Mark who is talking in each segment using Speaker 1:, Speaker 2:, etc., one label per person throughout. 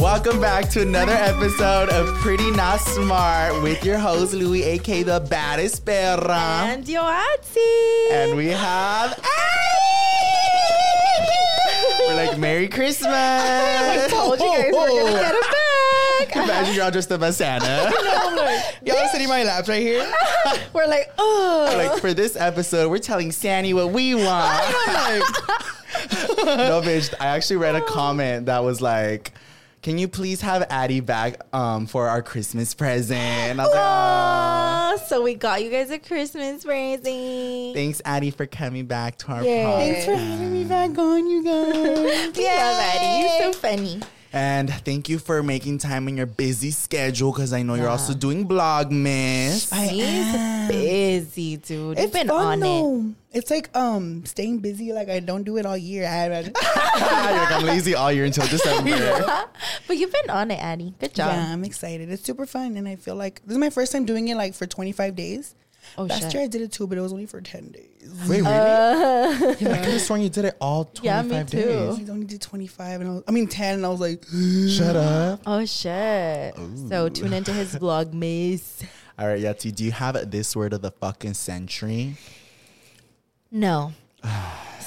Speaker 1: Welcome back to another episode of Pretty Not Smart with your host Louis, aka the baddest perra,
Speaker 2: And Yoatsi.
Speaker 1: and we have. We're like Merry Christmas.
Speaker 2: I told you guys we're gonna get it back.
Speaker 1: Imagine you're all dressed up as Santa. Y'all sitting in my laps right here.
Speaker 2: We're like, oh,
Speaker 1: like for this episode, we're telling Sandy what we want. no, bitch. I actually read a comment that was like, "Can you please have Addie back um, for our Christmas present?" And I was like, "Aw."
Speaker 2: Aw, so we got you guys a Christmas present.
Speaker 1: "Thanks, Addie, for coming back to our
Speaker 2: Yay.
Speaker 1: podcast."
Speaker 2: Thanks for
Speaker 1: having me back on, you guys.
Speaker 2: We love Addie. You're so funny.
Speaker 1: and thank you for making time in your busy schedule because I know you're also doing Blogmas.
Speaker 2: She's busy, dude. You've been
Speaker 3: ah,
Speaker 2: on it.
Speaker 3: fun, though. It's like um staying busy. Like I don't do it all year. I,
Speaker 1: You're like, I'm lazy all year until December.
Speaker 2: But you've been on it, Addie. Good job.
Speaker 3: yeah, I'm excited. It's super fun, and I feel like this is my first time doing it like for 25 days.
Speaker 2: Oh,
Speaker 3: Last
Speaker 2: shit.
Speaker 3: year I did it too, but it was only for 10 days.
Speaker 1: Wait, really? I could have sworn you did it all 25
Speaker 2: Uh, Yeah, me too.
Speaker 1: days.
Speaker 3: I only did 25, and I, was, I mean 10, and I was like,
Speaker 1: Shut up.
Speaker 2: Oh, shit. So tune into his vlog, miss.
Speaker 1: All right, Yati, do you have this word of the fucking century?
Speaker 2: No.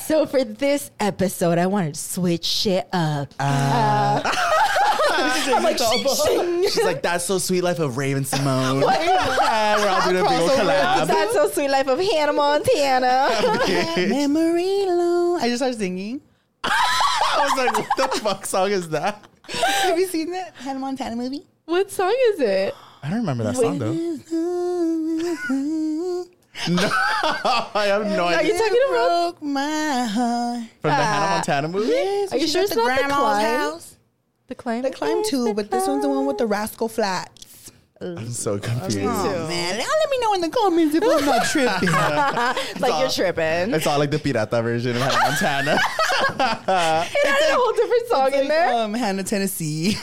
Speaker 2: So for this episode, I wanted to switch shit up.
Speaker 1: I'm like, She's like, that's so sweet, life of Raven Simone. Yeah, We're all doing a big old collab.
Speaker 2: That's so sweet life of Hannah Montana.
Speaker 3: memory lane. I just started singing.
Speaker 1: I was like, what the fuck song is that?
Speaker 3: Have you seen that Hannah Montana movie?
Speaker 2: what song is it?
Speaker 1: I don't remember that song though. I have no
Speaker 2: Are you
Speaker 1: idea.
Speaker 2: talking about?
Speaker 3: Broke my heart.
Speaker 1: From the Hannah Montana movie?
Speaker 3: Yes,
Speaker 2: Are you
Speaker 3: she's
Speaker 2: sure
Speaker 3: at
Speaker 2: it's not The
Speaker 3: grandma's
Speaker 2: Climb?
Speaker 3: house?
Speaker 2: The climb.
Speaker 3: The climb too, but this one's the one with the rascal flat.
Speaker 1: I'm so confused.
Speaker 3: Oh, man. Y'all let me know in the comments if I'm not tripping.
Speaker 2: Like you're tripping.
Speaker 1: It's all like the pirata version of Hannah Montana.
Speaker 2: It had a whole different song in there.
Speaker 3: um, Hannah, Tennessee.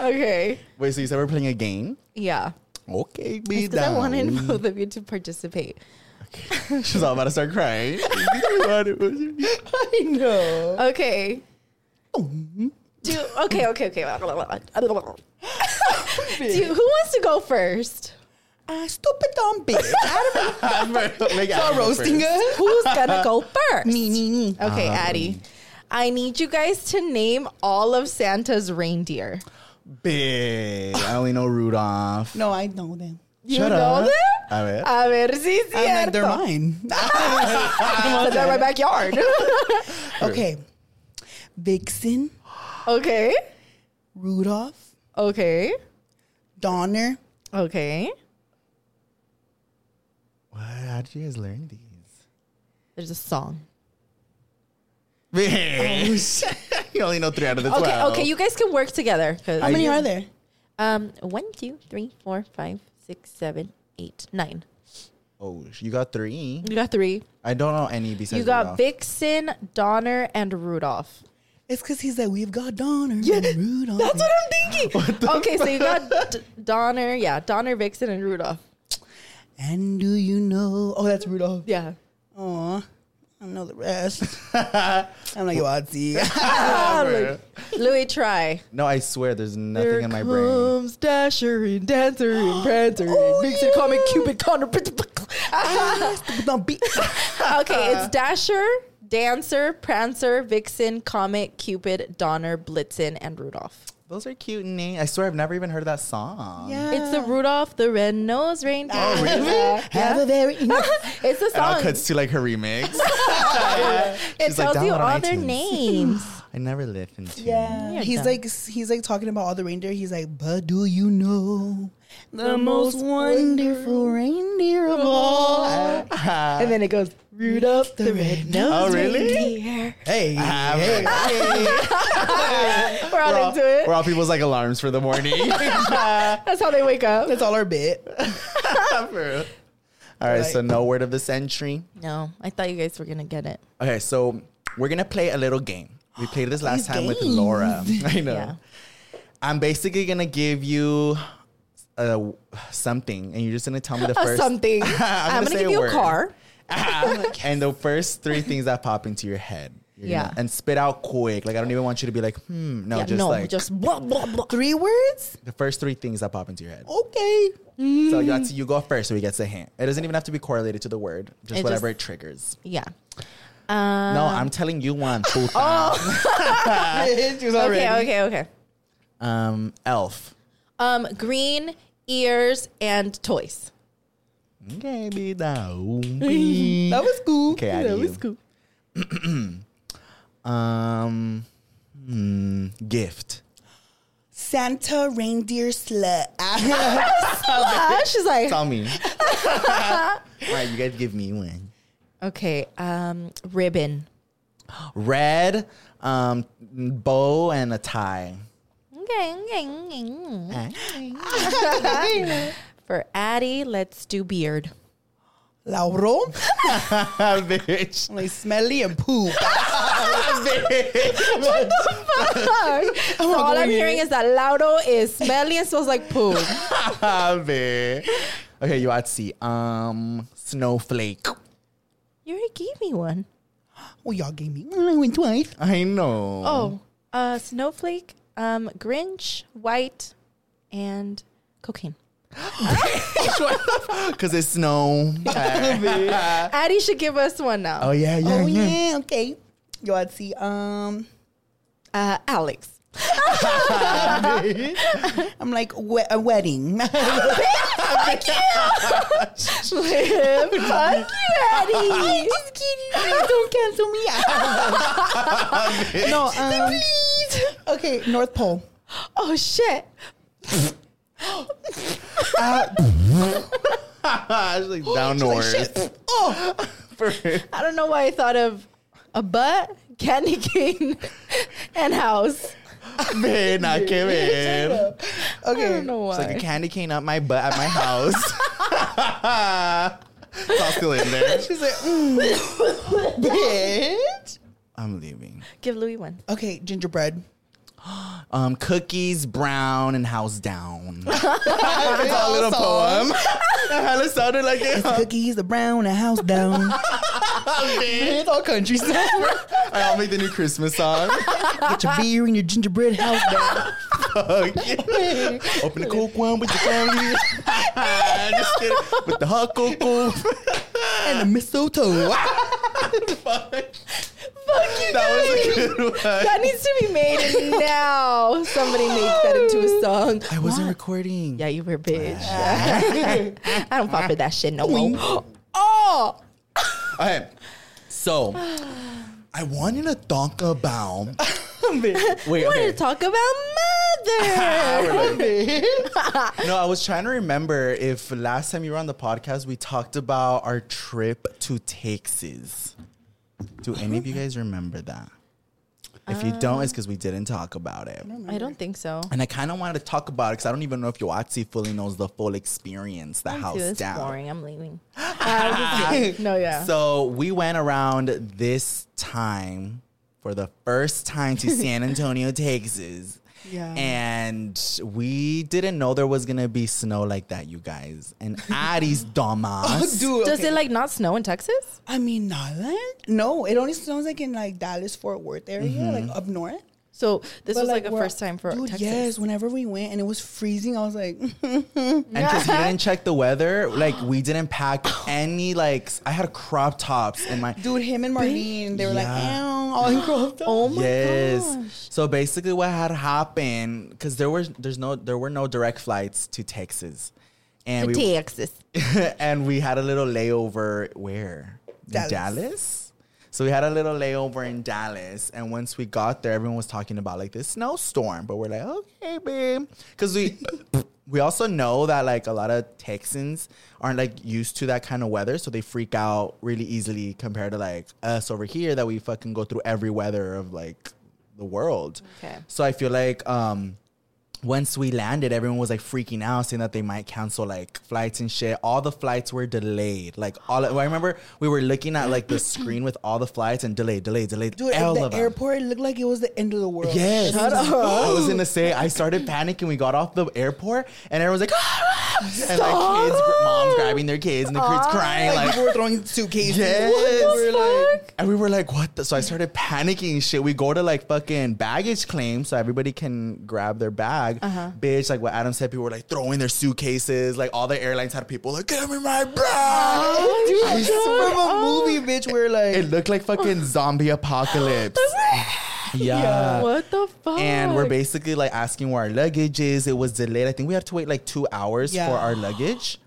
Speaker 2: okay.
Speaker 1: Wait, so you said we're playing a game?
Speaker 2: Yeah.
Speaker 1: Okay, be
Speaker 2: Because I
Speaker 1: down.
Speaker 2: wanted both of you to participate.
Speaker 1: She's all about to start crying. I know.
Speaker 2: Okay. Do okay, okay, okay. Do who wants to go first?
Speaker 3: ah, stupid dumb bitch.
Speaker 1: I'm like,
Speaker 3: Y'all roasting us.
Speaker 2: Who's gonna go first?
Speaker 3: Me, me, me.
Speaker 2: Okay, Addie. I need you guys to name all of Santa's reindeer.
Speaker 1: Big. I only know Rudolph.
Speaker 3: No, I know them.
Speaker 2: You
Speaker 1: Shut
Speaker 2: know
Speaker 1: up.
Speaker 2: them?
Speaker 1: A ver.
Speaker 2: A ver si es
Speaker 3: I'm like, they're
Speaker 2: cierto.
Speaker 3: mine.
Speaker 2: But they're in my backyard.
Speaker 3: okay. Vixen,
Speaker 2: okay.
Speaker 3: Rudolph,
Speaker 2: Okay.
Speaker 3: Donner,
Speaker 2: Okay.
Speaker 1: What? How did you guys learn these?
Speaker 2: There's a song.
Speaker 1: you only know three out of the
Speaker 2: Oh, Okay,
Speaker 1: twelve.
Speaker 2: okay, you guys can work together.
Speaker 3: How many are there?
Speaker 2: Um, one, two, three, four, five, six, seven, eight, nine.
Speaker 1: Oh, sh- you got three.
Speaker 2: You got three.
Speaker 1: I don't know any besides
Speaker 2: you got
Speaker 1: Rudolph.
Speaker 2: Vixen, Donner, and Rudolph.
Speaker 3: It's because he's like, we've got Donner. and Rudolph.
Speaker 2: That's what I'm thinking. Okay, so you got D- Donner, yeah, Donner, Vixen, and Rudolph.
Speaker 3: And do you know? Oh, that's Rudolph.
Speaker 2: Yeah.
Speaker 3: Aw, I know the rest. I'm like, you Otzi.
Speaker 2: Ah, Louis, Louis, try.
Speaker 1: No, I swear, there's nothing in my brain.
Speaker 2: comes Dasher and Dancer and Prancer and Vixen, Comet, Cupid, Connor.
Speaker 3: Ah,
Speaker 2: okay,
Speaker 1: Uh.
Speaker 2: it's Dasher, Dancer, Prancer, Vixen, Comet, Cupid, Donner, Blitzen, and Rudolph.
Speaker 1: Those are cute names. I swear, I've never even heard of that song. Oh, Yeah.
Speaker 2: It's the Rudolph the Red-Nosed Reindeer.
Speaker 3: Have a very.
Speaker 2: it's a
Speaker 1: It all
Speaker 2: song.
Speaker 1: cuts to like her remix.
Speaker 2: It
Speaker 1: She's like,
Speaker 2: tells you
Speaker 1: "Download
Speaker 2: all their
Speaker 1: iTunes."
Speaker 2: names.
Speaker 1: I never listened to.
Speaker 3: Yeah. He's like he's like talking about all the reindeer. He's like, but do you know the most wonderful reindeer of all?
Speaker 2: and then it goes Rudolph the Red
Speaker 1: Oh,
Speaker 2: Nose.
Speaker 1: really?
Speaker 3: Hey,
Speaker 1: Ah, right.
Speaker 2: We're all into it.
Speaker 1: We're all people's like alarms for the morning.
Speaker 2: That's how they wake up.
Speaker 3: that's all our bit.
Speaker 1: all right, so no word of the century.
Speaker 2: No, I thought you guys were gonna get it.
Speaker 1: Okay, so we're gonna play a little game. We played this last time with Laura. I know.
Speaker 2: Yeah.
Speaker 1: I'm basically gonna give you a, something, and you're just gonna tell me the
Speaker 2: A
Speaker 1: first
Speaker 2: something. Oh I'm,
Speaker 1: I'm
Speaker 2: gonna,
Speaker 1: say
Speaker 2: give you a
Speaker 1: word.
Speaker 2: car.
Speaker 1: and the first three things that pop into your head. You're
Speaker 2: Yeah.
Speaker 1: gonna- and spit out quick. Like I don't even want you to be like, hmm. No,
Speaker 2: yeah,
Speaker 1: just
Speaker 2: no,
Speaker 1: like
Speaker 2: just blah, blah, blah.
Speaker 3: Three words.
Speaker 1: the first three things that pop into your head.
Speaker 2: Oh.
Speaker 3: Okay.
Speaker 1: So you, you go first, so he gets a hint. It doesn't even have to be correlated to the word. Just
Speaker 2: It
Speaker 1: whatever
Speaker 2: just- Uh.
Speaker 1: it triggers.
Speaker 2: Yeah.
Speaker 1: no, I'm telling you one. puta.
Speaker 3: She was already.
Speaker 2: Oh. Okay, okay, okay.
Speaker 1: Um, elf.
Speaker 2: Um, green ears and toys.
Speaker 1: Okay, be that.
Speaker 3: That was cool.
Speaker 1: Okay, I
Speaker 3: that
Speaker 1: do.
Speaker 3: was cool.
Speaker 1: Um, hmm, gift.
Speaker 3: Santa reindeer slut.
Speaker 2: Ah, she's like,
Speaker 1: Tell me. All right, you guys give me one.
Speaker 2: okay, um, ribbon.
Speaker 1: Red, um, bow and a tie.
Speaker 2: Okay, okay, okay. For Addie, let's do beard.
Speaker 3: Lauro,
Speaker 1: Ah, Bitch.
Speaker 3: like smelly and poop.
Speaker 2: so all I'm hearing is that Lauro is smelly and smells like poo.
Speaker 1: Ah, Bitch. Okay, you ought to see. Um, snowflake.
Speaker 2: you already gave me one.
Speaker 3: Well, Oh, y'all gave me one. I went twice.
Speaker 1: I know.
Speaker 2: Oh, uh, snowflake, um, Grinch, white, and cocaine.
Speaker 1: Because it's snow.
Speaker 2: Addie should give us one now.
Speaker 1: oh, yeah, yeah,
Speaker 3: Oh
Speaker 1: yeah.
Speaker 3: yeah, okay. Y'all see. Um,
Speaker 2: Uh, Alex.
Speaker 3: I'm like we- a wedding.
Speaker 2: Liv, fuck you, Addie.
Speaker 3: just kidding. Don't cancel me. no, um, please. Okay, North Pole.
Speaker 2: Oh shit.
Speaker 1: I was Ah, like, down north.
Speaker 2: I don't know why I thought of a butt, candy cane, and house.
Speaker 1: Man, not kidding.
Speaker 2: I don't know why.
Speaker 1: It's like a candy cane up my butt at my house. it's all still in there. She's like,
Speaker 3: Mm. Bitch.
Speaker 1: I'm leaving.
Speaker 2: Give Louis one.
Speaker 3: Okay, gingerbread.
Speaker 1: Um, cookies brown and house down. it's all a little poem. That hella sounded like it.
Speaker 3: Cookies, the brown, a house down.
Speaker 1: it's all country stuff. I'll make the new Christmas song.
Speaker 3: Get your beer and your gingerbread house down.
Speaker 1: Fuck yeah. Open the coke one with your family. Just kidding. With the hot cocoa.
Speaker 3: and a mistletoe.
Speaker 2: Fuck you,
Speaker 1: That was a
Speaker 2: Danny.
Speaker 1: good one.
Speaker 2: That needs to be made now. Somebody makes that into a song.
Speaker 1: I wasn't recording.
Speaker 2: Yeah, you were a bitch. I don't fuck with that shit no more. Oh,
Speaker 1: Okay. So I wanted to talk about Wait,
Speaker 2: I wanted
Speaker 1: okay.
Speaker 2: to talk about mother.
Speaker 1: no, I was trying to remember if last time you were on the podcast we talked about our trip to Texas. Do any of you guys remember that? If you don't, it's because we didn't talk about it.
Speaker 2: I don't think so.
Speaker 1: And I kind of wanted to talk about it because I don't even know if Yoatsi fully knows the full experience, the
Speaker 2: Dude,
Speaker 1: house
Speaker 2: it's
Speaker 1: down.
Speaker 2: boring. I'm leaving. Uh, I'm just kidding.
Speaker 3: Oh,
Speaker 2: no, yeah.
Speaker 1: So we went around this time for the first time to San Antonio, Texas.
Speaker 3: Yeah.
Speaker 1: And we didn't know there was gonna be snow like that, you guys. And Addie's
Speaker 3: Oh,
Speaker 1: dumbass.
Speaker 3: Dude,
Speaker 2: Does
Speaker 3: okay.
Speaker 2: it like not snow in Texas?
Speaker 3: I mean, nada. No, it only snows like in like Dallas Fort Worth area, like up north.
Speaker 2: So this
Speaker 3: But,
Speaker 2: was like, a
Speaker 3: we're-
Speaker 2: first time for
Speaker 3: dude,
Speaker 2: Texas.
Speaker 3: Yes, whenever we went and it was freezing, I was like,
Speaker 1: And because we didn't check the weather, like we didn't pack any like I had crop tops in my
Speaker 3: dude, him and Marlene, they were like,
Speaker 1: Yeah.
Speaker 3: "Ow," all in cropped up. Oh
Speaker 1: yes. So basically, what had happened because there was there's no there were no direct flights to Texas, and we
Speaker 2: Texas.
Speaker 1: and we had a little layover where In
Speaker 3: Dallas.
Speaker 1: Dallas? So we had a little layover in Dallas, and once we got there, everyone was talking about like this snowstorm. But we're like, okay, babe, because we we also know that like a lot of Texans aren't like used to that kind of weather, so they freak out really easily compared to like us over here that we fucking go through every weather of like the world.
Speaker 2: Okay.
Speaker 1: So I feel like um once we landed, everyone was like freaking out, saying that they might cancel like flights and shit. All the flights were delayed. Like all, I remember we were looking at like the screen with all the flights and delayed, delayed, delayed.
Speaker 3: Dude,
Speaker 1: all
Speaker 3: at the
Speaker 1: of 'em.
Speaker 3: airport, it looked like it was the end of the world.
Speaker 1: Yes. I was gonna say I started panicking. We got off the airport and everyone was like, "Ah!" and like kids, moms grabbing their kids and the kids crying
Speaker 3: Ah. Like,
Speaker 1: like.
Speaker 3: people were throwing suitcases.
Speaker 1: Yes.
Speaker 3: We were like-
Speaker 1: and we were like, what the? So I started panicking and shit. We go to like fucking baggage claim so everybody can grab their bag.
Speaker 3: Uh-huh.
Speaker 1: Bitch, like what Adam said, people were like throwing their suitcases. Like all the airlines had people like, give me my bag.
Speaker 3: Dude,
Speaker 1: I
Speaker 3: it's
Speaker 1: swear.
Speaker 3: from a movie, bitch. We're like,
Speaker 1: It looked like fucking zombie apocalypse. yeah.
Speaker 2: What the fuck?
Speaker 1: Uh, And we're basically like asking where our luggage is. It was delayed. I think we had to wait like two hours
Speaker 3: Yeah.
Speaker 1: for our luggage.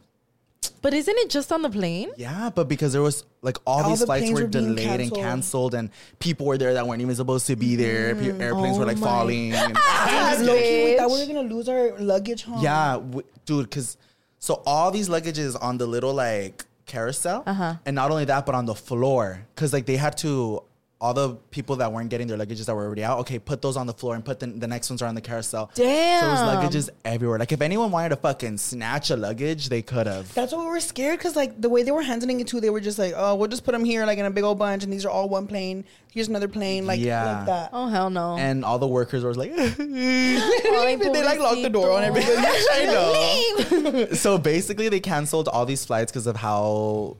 Speaker 2: But isn't it just on the plane?
Speaker 1: Yeah, but because there was like all,
Speaker 3: All
Speaker 1: these
Speaker 3: the
Speaker 1: flights
Speaker 3: planes
Speaker 1: were,
Speaker 3: were being
Speaker 1: delayed and
Speaker 3: canceled.
Speaker 1: canceled, and people were there that weren't even supposed to be there. Pe-
Speaker 3: Mm.
Speaker 1: Airplanes were like
Speaker 3: Oh
Speaker 1: falling. and-
Speaker 3: dude, low-key, we thought we were gonna lose our luggage home.
Speaker 1: yeah, w- dude, because so all these luggages on the little like carousel, and not only that, but on the floor, because like they had to. All the people that weren't getting their luggages that were already out, okay, put those on the floor and put the, the next ones are on the carousel. So there's
Speaker 2: Damn.
Speaker 1: luggages everywhere. Like if anyone wanted to fucking snatch a luggage, they could have.
Speaker 3: That's why we were scared because like the way they were handling it too, they were just like, oh, we'll just put them here like in a big old bunch, and these are all one plane. Here's another plane, like
Speaker 1: Yeah.
Speaker 3: like that.
Speaker 2: Oh hell no. Oh,
Speaker 1: And all the workers were like,
Speaker 3: they like locked the door on everybody.
Speaker 1: I know. so basically, they canceled all these flights because of how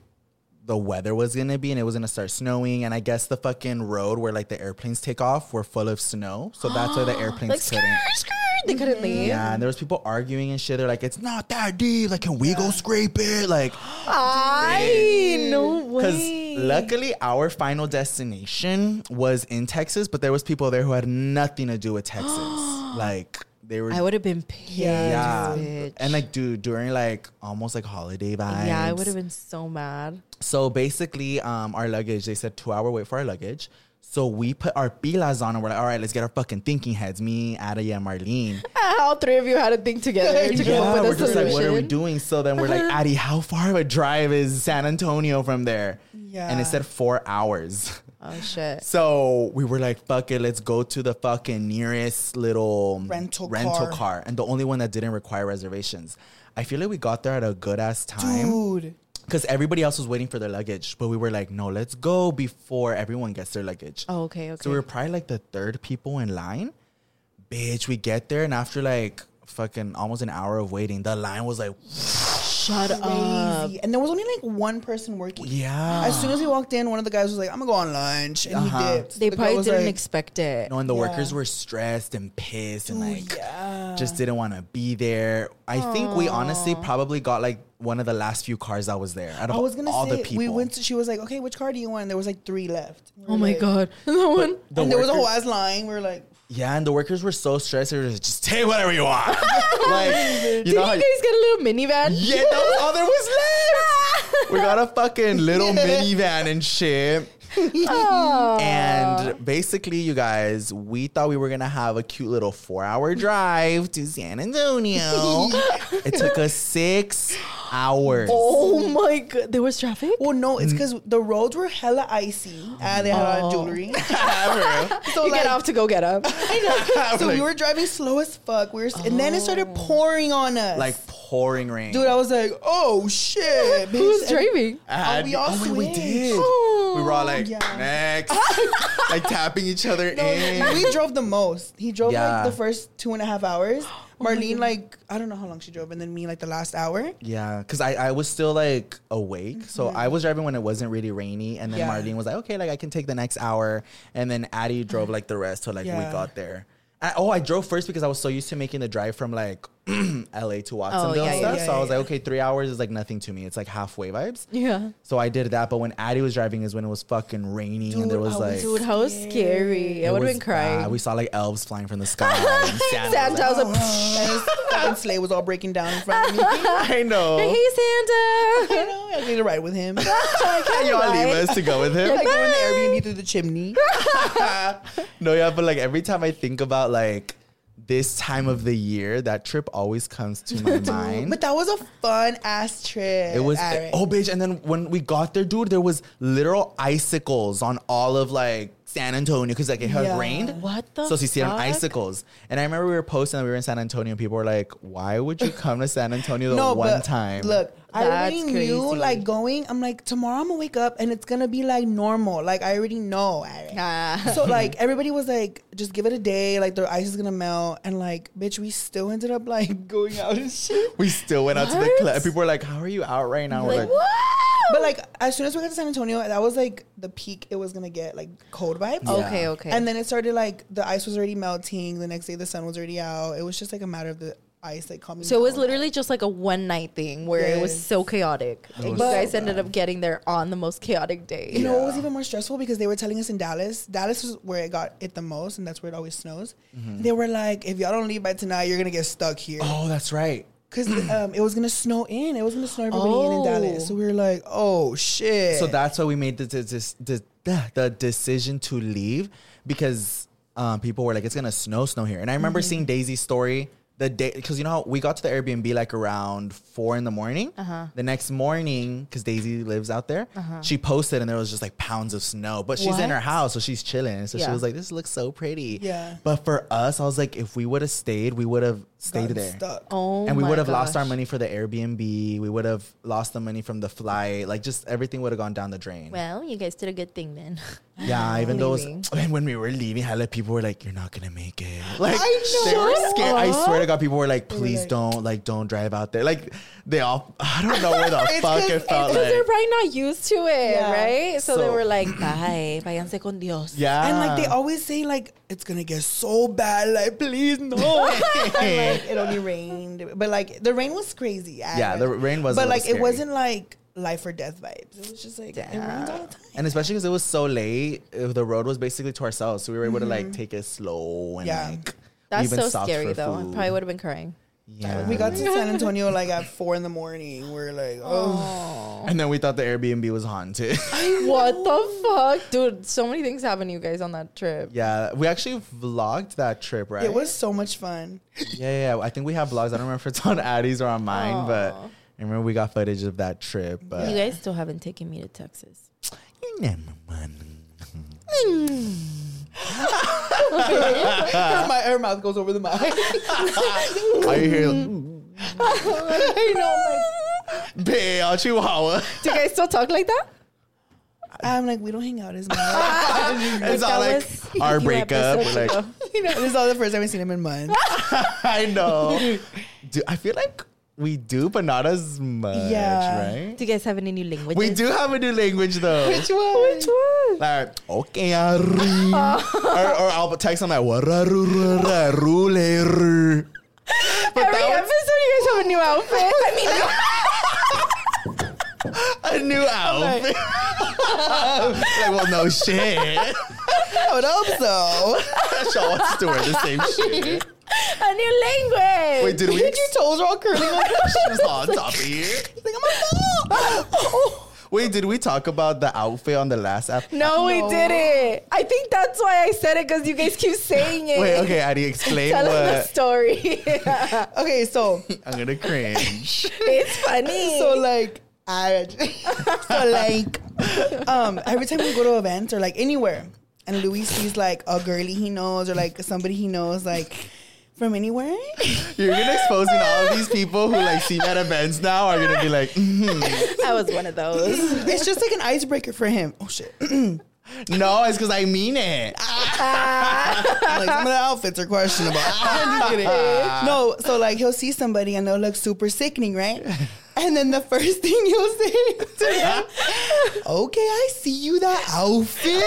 Speaker 1: the weather was gonna be, and it was gonna start snowing. And I guess the fucking road where like the airplanes take off were full of snow, so that's why the airplanes
Speaker 2: like skirt,
Speaker 1: couldn't.
Speaker 2: skirt. They couldn't leave.
Speaker 1: Yeah, and there was people arguing and shit. They're like, "It's not that deep. Like, can we go scrape it?" Like,
Speaker 2: I no
Speaker 1: because
Speaker 2: way.
Speaker 1: luckily our final destination was in Texas, but there was people there who had nothing to do with Texas. like, they were
Speaker 2: I would have been pissed.
Speaker 1: yeah.
Speaker 2: bitch.
Speaker 1: And like, dude, during like almost like holiday vibes.
Speaker 2: yeah, I would have been so mad.
Speaker 1: So basically, um, our luggage, they said two hour wait for our luggage. So we put our pilas on and we're like, all right, let's get our fucking thinking heads. Me, Adia, and Marlene.
Speaker 2: All three of you had to think together to come
Speaker 1: Yeah,
Speaker 2: up
Speaker 1: we're
Speaker 2: with a
Speaker 1: just like,
Speaker 2: solution.
Speaker 1: what are we doing? So then we're like, Addie, how far of a drive is San Antonio from there? And
Speaker 3: Yeah.
Speaker 1: it said four hours.
Speaker 2: Oh shit.
Speaker 1: So we were like, fuck it, let's go to the fucking nearest little
Speaker 3: Rental
Speaker 1: car.
Speaker 3: car.
Speaker 1: And the only one that didn't require reservations. I feel like we got there at a good ass time
Speaker 3: Dude,
Speaker 1: because everybody else was waiting for their luggage. But we were like, no, let's go before everyone gets their luggage.
Speaker 2: Oh, okay, okay.
Speaker 1: So we were probably like the third people in line. Bitch, we get there and after like fucking almost an hour of waiting, the line was like,
Speaker 2: Shut
Speaker 3: crazy. and there was only like one person working.
Speaker 1: yeah.
Speaker 3: As soon as we walked in, one of the guys was like, "I'm gonna go on lunch," and
Speaker 1: Uh-huh.
Speaker 3: he did.
Speaker 2: They
Speaker 3: The girl
Speaker 2: probably
Speaker 3: was
Speaker 2: didn't
Speaker 3: like,
Speaker 2: expect it.
Speaker 1: No, and the workers were stressed and pissed and like
Speaker 3: yeah.
Speaker 1: just didn't want to be there. I think we honestly probably got like one of the last few cars that was there out of
Speaker 3: I was gonna
Speaker 1: all the
Speaker 3: say
Speaker 1: people.
Speaker 3: we went. To, she was like, "Okay, which car do you want?" And there was like three left. We were
Speaker 2: Oh my
Speaker 3: like-
Speaker 2: god. That one.
Speaker 1: The
Speaker 3: and there was a
Speaker 1: workers-
Speaker 3: whole ass line. We were like,
Speaker 1: yeah, and the workers were so stressed. They were just, just take whatever you want. like, you
Speaker 2: Did
Speaker 1: know,
Speaker 2: you
Speaker 1: how-
Speaker 2: guys get a little minivan?
Speaker 1: yeah, that was all there was left. we got a fucking little minivan and shit.
Speaker 3: Oh,
Speaker 1: And basically, you guys, we thought we were gonna have a cute little four-hour drive to San Antonio. it took us six hours.
Speaker 2: Oh my god, there was traffic.
Speaker 3: Well, no, it's
Speaker 1: Mm.
Speaker 3: because the roads were hella icy. Ah, they had a lot
Speaker 1: Oh.
Speaker 3: of jewelry.
Speaker 2: So you get off to go get up.
Speaker 3: so we were driving slow as fuck. We were, and then it started pouring on us.
Speaker 1: Oh. Like pouring rain.
Speaker 3: dude, I was like, oh shit, bitch.
Speaker 2: Who's
Speaker 3: And-
Speaker 2: driving?
Speaker 1: I had-
Speaker 3: we all
Speaker 1: oh, wait, we
Speaker 3: switched. Oh,
Speaker 1: did. We were all like
Speaker 3: yeah.
Speaker 1: next, like tapping each other in.
Speaker 3: we drove the most. He drove
Speaker 1: Yeah. Oh
Speaker 3: like the first two and a half hours. Marlene, like I don't know how long she drove, and then me like the last hour.
Speaker 1: Yeah, because I, I was still like awake. So I was driving when it wasn't really rainy. And then
Speaker 3: Mm-hmm. Yeah.
Speaker 1: Marlene was like, okay, like I can take the next hour. And then Addie drove like the rest till like we
Speaker 3: Yeah.
Speaker 1: got there. I, oh, I drove first because I was so used to making the drive from like LA to Watsonville
Speaker 2: yeah,
Speaker 1: and
Speaker 2: yeah,
Speaker 1: stuff.
Speaker 3: Oh, yeah,
Speaker 1: so I was
Speaker 3: yeah.
Speaker 1: like, okay, three hours is like nothing to me. It's like halfway vibes.
Speaker 2: Yeah.
Speaker 1: So I did that. But when Addie was driving is when it was fucking raining and there
Speaker 3: Dude,
Speaker 1: was
Speaker 3: I
Speaker 1: like.
Speaker 3: was-
Speaker 2: Dude, how scary. I
Speaker 1: it
Speaker 2: would have
Speaker 1: was
Speaker 2: been crying.
Speaker 1: bad. We saw like elves flying from the sky. and Santa.
Speaker 2: Santa was like,
Speaker 3: And his fucking sleigh was all breaking down in front of me.
Speaker 1: I know.
Speaker 2: hey, Santa.
Speaker 3: You know, I need to ride with him. Like
Speaker 1: Y'all leave us to go with him.
Speaker 3: going Airbnb through the chimney.
Speaker 1: No, yeah, but like every time I think about like this time of the year, that trip always comes to my mind.
Speaker 3: But that was a fun ass trip.
Speaker 1: it was
Speaker 3: Aaron.
Speaker 1: oh bitch, and then when we got there, dude, there was literal icicles on all of like San Antonio because like it had
Speaker 3: Yeah.
Speaker 1: rained.
Speaker 2: What the
Speaker 1: So she see them
Speaker 2: fuck?
Speaker 1: icicles, and I remember we were posting that we were in San Antonio, and people were like, "Why would you come to San Antonio the one
Speaker 3: but
Speaker 1: time?"
Speaker 3: Look, I
Speaker 2: That's
Speaker 3: already knew
Speaker 2: crazy.
Speaker 3: like going. I'm like tomorrow I'm gonna wake up and it's gonna be like normal. Like I already know. Aaron.
Speaker 2: Ah.
Speaker 3: So like everybody was like, just give it a day. Like the ice is gonna melt, and like bitch, we still ended up like going out and shit.
Speaker 1: we still went out to the
Speaker 2: What?
Speaker 1: club. People were like, "How are you out right now?" We're like,
Speaker 3: But like as soon as we got to San Antonio, that was like the peak. It was gonna get like cold vibes.
Speaker 2: Okay,
Speaker 1: Yeah.
Speaker 2: okay.
Speaker 3: And then it started like the ice was already melting. The next day, the sun was already out. It was just like a matter of the ice like coming.
Speaker 2: so it was
Speaker 3: down.
Speaker 2: literally just like a one night thing where it was
Speaker 3: Yes.
Speaker 2: so chaotic. And you
Speaker 3: so
Speaker 2: guys ended up getting there on the most chaotic day.
Speaker 3: You know what was even more stressful because they were telling us in Dallas. Dallas was where it got it the most, and that's where it always snows. They were like, "If y'all don't leave by tonight, you're gonna get stuck here."
Speaker 1: Mm-hmm. "Oh, that's right."
Speaker 3: Because um, it was gonna snow in. It was gonna snow everybody in in
Speaker 2: Oh.
Speaker 3: Dallas. So we were like, "Oh shit!"
Speaker 1: So that's why we made the the, the, the, the decision to leave because um, people were like, "It's gonna snow, snow here." And I remember seeing
Speaker 3: Mm-hmm.
Speaker 1: Daisy's story the day because you know how we got to the Airbnb like around four in the morning.
Speaker 3: Uh-huh.
Speaker 1: The next morning, because Daisy lives out there, she posted and there was just like pounds of snow. But she's in her
Speaker 2: What?
Speaker 1: house, so she's chilling. So she
Speaker 2: Yeah.
Speaker 1: was like, "This looks so pretty."
Speaker 3: Yeah.
Speaker 1: But for us, I was like, if we would have stayed, we would have stayed
Speaker 3: Gotten
Speaker 1: there
Speaker 3: stuck.
Speaker 2: Oh
Speaker 1: and we
Speaker 2: my
Speaker 1: would have lost our
Speaker 2: gosh.
Speaker 1: money for the Airbnb. We would have lost the money from the flight. Like just everything would have gone down the drain.
Speaker 2: Well, you guys did a good thing then.
Speaker 1: yeah, even though it was-
Speaker 2: leaving.
Speaker 1: and when we were leaving, hella people were like, "You're not gonna make it." Like
Speaker 3: I
Speaker 1: they
Speaker 3: know.
Speaker 1: were
Speaker 3: Shut
Speaker 1: scared. I swear to God, people were like, "Please don't, like, don't drive out there." Like they all, I don't know where the fuck
Speaker 3: 'cause-
Speaker 1: it
Speaker 3: it's
Speaker 1: felt
Speaker 2: Because they're
Speaker 1: like.
Speaker 2: probably not used to it,
Speaker 3: Yeah.
Speaker 2: right? So, they
Speaker 1: So-
Speaker 2: were like, bye, váyanse con Dios.
Speaker 1: Yeah,
Speaker 3: and like they always say, like it's gonna get so bad. Like please no. and like it only rained, but like the rain was crazy.
Speaker 1: Yeah, the rain was a
Speaker 3: But
Speaker 1: little
Speaker 3: like
Speaker 1: scary.
Speaker 3: it wasn't like life or death vibes. It was just like it rains all the time.
Speaker 1: And especially because it was so late, uh, the road was basically to ourselves, so we were able to like take it slow and
Speaker 3: Mm-hmm. Yeah.
Speaker 1: like. we
Speaker 2: That's
Speaker 1: even
Speaker 2: so
Speaker 1: stopped
Speaker 2: scary
Speaker 1: for
Speaker 2: though. I
Speaker 1: food.
Speaker 2: probably would have been crying.
Speaker 1: Yeah.
Speaker 3: We got to San Antonio like at four in the morning. We're like, oh,
Speaker 1: and then we thought the Airbnb was haunted.
Speaker 2: What the fuck? Dude, so many things happened to you guys on that trip.
Speaker 1: Yeah, we actually vlogged that trip, right?
Speaker 3: it was so much fun.
Speaker 1: Yeah, yeah, yeah. I think we have vlogs. I don't remember if it's on Addie's or on mine, but I remember we got footage of that trip. But
Speaker 2: You guys still haven't taken me to Texas.
Speaker 1: You never mind.
Speaker 3: her, mi- her mouth goes over the mouth.
Speaker 1: Are you here? Bill Chihuahua.
Speaker 2: Do you guys still talk like that?
Speaker 3: I'm like, we don't hang out as much.
Speaker 1: it's all
Speaker 2: that
Speaker 1: like
Speaker 2: was
Speaker 1: our
Speaker 2: a few
Speaker 1: breakup. We're
Speaker 2: episodes
Speaker 1: like,
Speaker 2: ago.
Speaker 3: this is all the first time we've seen him in months.
Speaker 1: I know. Do I feel like we do, but not as much,
Speaker 3: Yeah.
Speaker 1: right?
Speaker 2: Do you guys have any new languages?
Speaker 1: We do have a new language though.
Speaker 3: Which one? Which one?
Speaker 1: Like, okay, Ari. or, or I'll text them like, "Wararurararulere." but
Speaker 2: Every
Speaker 1: that was
Speaker 2: episode, you guys have a new outfit. I
Speaker 1: a
Speaker 2: mean,
Speaker 1: new outfit. like, well, no shit.
Speaker 3: I would hope so.
Speaker 1: Shaw wants to wear the same shit.
Speaker 2: a new language.
Speaker 1: Wait, did we?
Speaker 3: Your toes are all curling.
Speaker 1: she was on top of you.
Speaker 2: "Oh!"
Speaker 3: Like, I'm a dog.
Speaker 1: Wait, did we talk about the outfit on the last app?
Speaker 2: No, we didn't. I think that's why I said it because you guys keep saying it.
Speaker 1: Wait, okay, Addie, explain
Speaker 2: Tell them the
Speaker 1: what.
Speaker 2: story.
Speaker 3: Okay, so
Speaker 1: I'm gonna cringe.
Speaker 2: it's funny.
Speaker 3: so like I so like um every time we go to events or like anywhere and Louis sees like a girly he knows or like somebody he knows like from anywhere.
Speaker 1: You're gonna exposing all of these people who like see me at events now are gonna be like, mhm.
Speaker 2: I was one of those.
Speaker 3: It's just like an icebreaker for him. Oh shit.
Speaker 1: no, it's because I mean it.
Speaker 3: like some of the outfits are questionable. I'm just kidding. No, so like he'll see somebody and they'll look super sickening, right? And then the first thing he'll say to them, "Okay, I see you that outfit."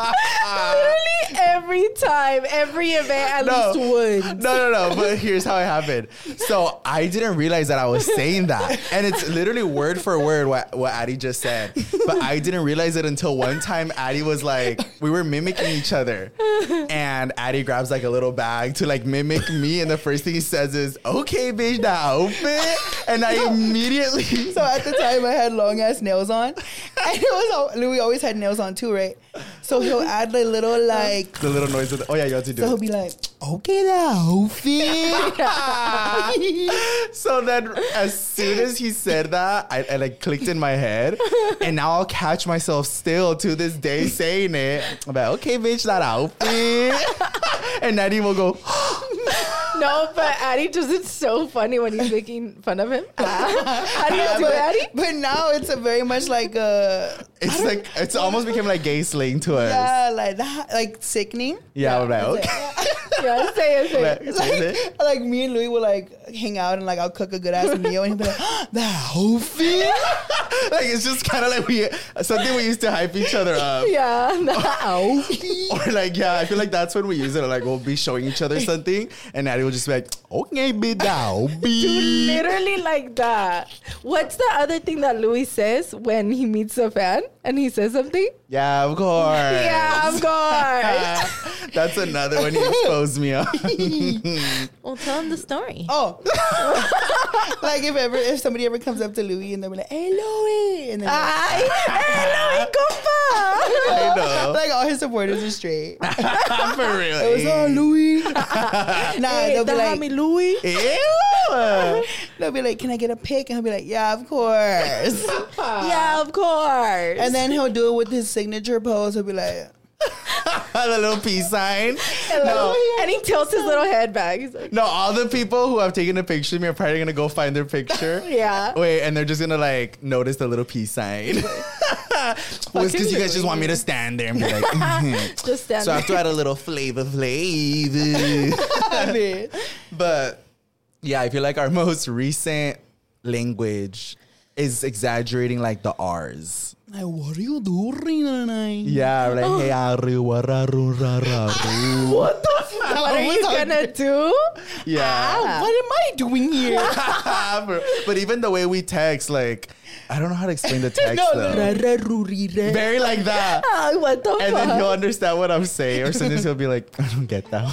Speaker 2: Literally every time, every event, at least one.
Speaker 1: No, no, no. But here's how it happened. So I didn't realize that I was saying that, and it's literally word for word what what Addie just said. But I didn't realize it until one time Addie was like, we were mimicking each other, and Addie grabs like a little bag to like mimic me, and the first thing he says is, "Okay, bitch, that outfit," and I immediately.
Speaker 3: So at the time, I had long ass nails on, and it was all, Louis always had nails on too, right? So he'll add the little like.
Speaker 1: the little noise of the, oh yeah you have to do
Speaker 3: So
Speaker 1: it.
Speaker 3: he'll be like, "Okay, that outfit."
Speaker 1: So then, as soon as he said that, I, I like clicked in my head, and now I'll catch myself still to this day saying it. I'm like, okay, bitch, that outfit, and Nadine will go.
Speaker 2: No, but Addie does it so funny when he's making fun of him. How do you do it, Addie?
Speaker 3: but now it's a very much like a
Speaker 1: It's like it's almost became like gay slang to us. Yeah,
Speaker 3: yeah, like that, like sickening.
Speaker 1: I'm like, okay.
Speaker 2: Yeah, say it, say it.
Speaker 1: Like,
Speaker 3: Like,
Speaker 1: is it?
Speaker 3: like me and Louis will like hang out and like I'll cook a good ass meal and he'll be like, that outfit.
Speaker 1: Like, it's just kind of like we something we used to hype each other up.
Speaker 2: Yeah, no.
Speaker 1: Or like, yeah, I feel like that's when we use it. Like, we'll be showing each other something, and Natty will just be like, "Okay, bitch, that'll be."
Speaker 2: Literally like that. What's the other thing that Louis says when he meets a fan and he says something?
Speaker 1: Yeah, of course.
Speaker 2: Yeah, of course.
Speaker 1: That's another one you exposed me on.
Speaker 2: well, tell him the story.
Speaker 3: Oh, like if ever if somebody ever comes up to Louis and they're like, hey Louis, and then
Speaker 2: Ay, hello, compa.
Speaker 1: I know.
Speaker 3: like all his supporters are straight.
Speaker 1: For real.
Speaker 3: What's up, Louis? nah, they'll be
Speaker 2: Déjame,
Speaker 3: like,
Speaker 2: Louis.
Speaker 1: Ew.
Speaker 3: they'll be like, can I get a pic? And he'll be like, yeah, of course.
Speaker 2: Yeah, of course.
Speaker 3: and then he'll do it with his signature pose. He'll be like.
Speaker 1: the little peace sign.
Speaker 2: Hello.
Speaker 1: No.
Speaker 2: and he tilts his little head back. He's like,
Speaker 1: No, all the people who have taken a picture of me are probably gonna go find their picture.
Speaker 2: Yeah.
Speaker 1: Wait, and they're just gonna like notice the little peace sign. well, it's because you guys just want me to stand there and be like, mhm.
Speaker 2: just stand
Speaker 1: so I
Speaker 2: there.
Speaker 1: have to add a little flavor, flavor. But yeah, I feel like our most recent language is exaggerating like the R's.
Speaker 3: Like, what are you doing tonight?
Speaker 1: Yeah, like hey, Ari, wara, ru, ra, ra, ru.
Speaker 2: Ah. What the fuck are you gonna Ah, do?
Speaker 1: Yeah.
Speaker 3: What am I doing here?
Speaker 1: but even the way we text, like, I don't know how to explain the text though.
Speaker 3: Ra-ra-ru-ri-ra.
Speaker 1: Very like that.
Speaker 2: Ah, what the
Speaker 1: And
Speaker 2: fuck?
Speaker 1: then he'll understand what I'm saying, or sometimes he'll be like, I don't get that.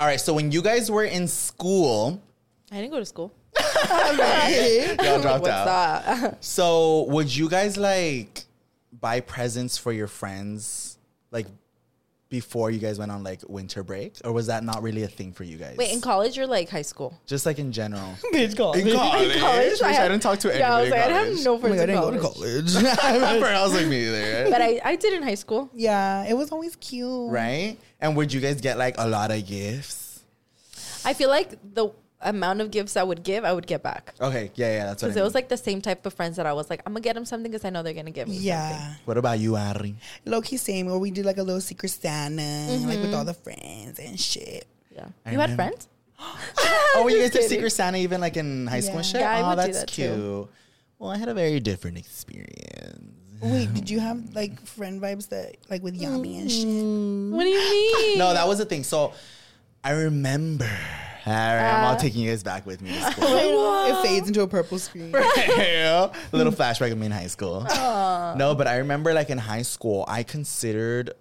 Speaker 1: All right, so when you guys were in school,
Speaker 2: I didn't go to school.
Speaker 1: y'all dropped
Speaker 2: What's
Speaker 1: out.
Speaker 2: that?
Speaker 1: So would you guys like buy presents for your friends, like before you guys went on like winter break, or was that not really a thing for you guys?
Speaker 2: Wait, in college or like high school?
Speaker 1: just like in general.
Speaker 3: Bitch, call.
Speaker 1: In college, Which I,
Speaker 2: had-
Speaker 1: didn't talk to
Speaker 2: Yeah, I was
Speaker 1: anybody.
Speaker 2: like,
Speaker 1: in
Speaker 2: I
Speaker 1: college.
Speaker 2: didn't have no friends
Speaker 3: Oh I
Speaker 2: in
Speaker 3: didn't go
Speaker 2: college.
Speaker 3: to college.
Speaker 1: I was like me either.
Speaker 2: But I, I did in high school.
Speaker 3: yeah, it was always cute.
Speaker 1: right? And would you guys get like a lot of gifts?
Speaker 2: I feel like the amount of gifts I would give, I would get back.
Speaker 1: Okay, yeah, yeah, that's what I
Speaker 2: Because it
Speaker 1: mean.
Speaker 2: was like the same type of friends that I was like, I'm gonna get them something because I know they're gonna give me. something.
Speaker 3: Yeah.
Speaker 1: what about you, Ari?
Speaker 3: Low key same, or we do like a little secret Santa, like with all the friends and shit.
Speaker 2: yeah.
Speaker 1: I
Speaker 2: you had
Speaker 1: remember-
Speaker 2: friends?
Speaker 1: Oh, you guys did
Speaker 2: kidding.
Speaker 1: Secret Santa even like in high school and shit?
Speaker 2: Yeah, I
Speaker 1: oh,
Speaker 2: would do
Speaker 1: that's
Speaker 2: that
Speaker 1: cute.
Speaker 2: too.
Speaker 1: Well, I had a very different experience.
Speaker 3: Wait, did you have like friend vibes that like with Yami and shit?
Speaker 2: What do you mean?
Speaker 1: No, that was the thing. So I remember. All right, I'm all taking you guys back with me to school.
Speaker 3: It fades into a purple screen.
Speaker 1: a little flashback of me in high school. No, but I remember like in high school, I considered.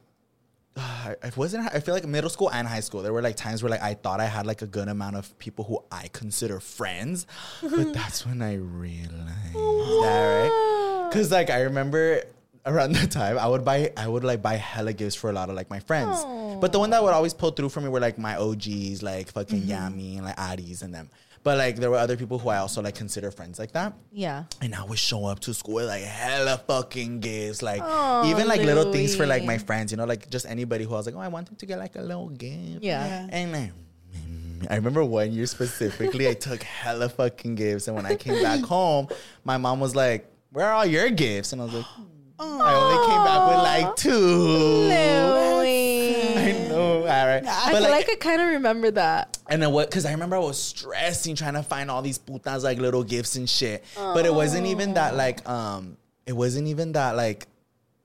Speaker 1: I I wasn't. I feel like middle school and high school. There were like times where like I thought I had like a good amount of people who I consider friends, but that's when I realized that right. Because like I remember around that time, I would buy I would like buy hella gifts for a lot of like my friends. But the one that would always pull through for me were like my OGs, like fucking Yami and like Adis and them. But like there were other people who I also like consider friends like that.
Speaker 2: Yeah.
Speaker 1: And I would show up to school with like hella fucking gifts, like even like little things for like my friends, you know, like just anybody who I was like, oh, I want them to get like a little gift.
Speaker 2: Yeah.
Speaker 1: And I remember- I remember one year specifically, I took hella fucking gifts, and when I came back home, my mom was like, "Where are all your gifts?" And I was like, "Oh, "I only came back with like two. I know, all right.
Speaker 2: I feel like, I kind of remember that.
Speaker 1: And then what? Because I remember I was stressing trying to find all these putas like little gifts and shit. But it wasn't even
Speaker 2: Oh.
Speaker 1: that like um. It wasn't even that like.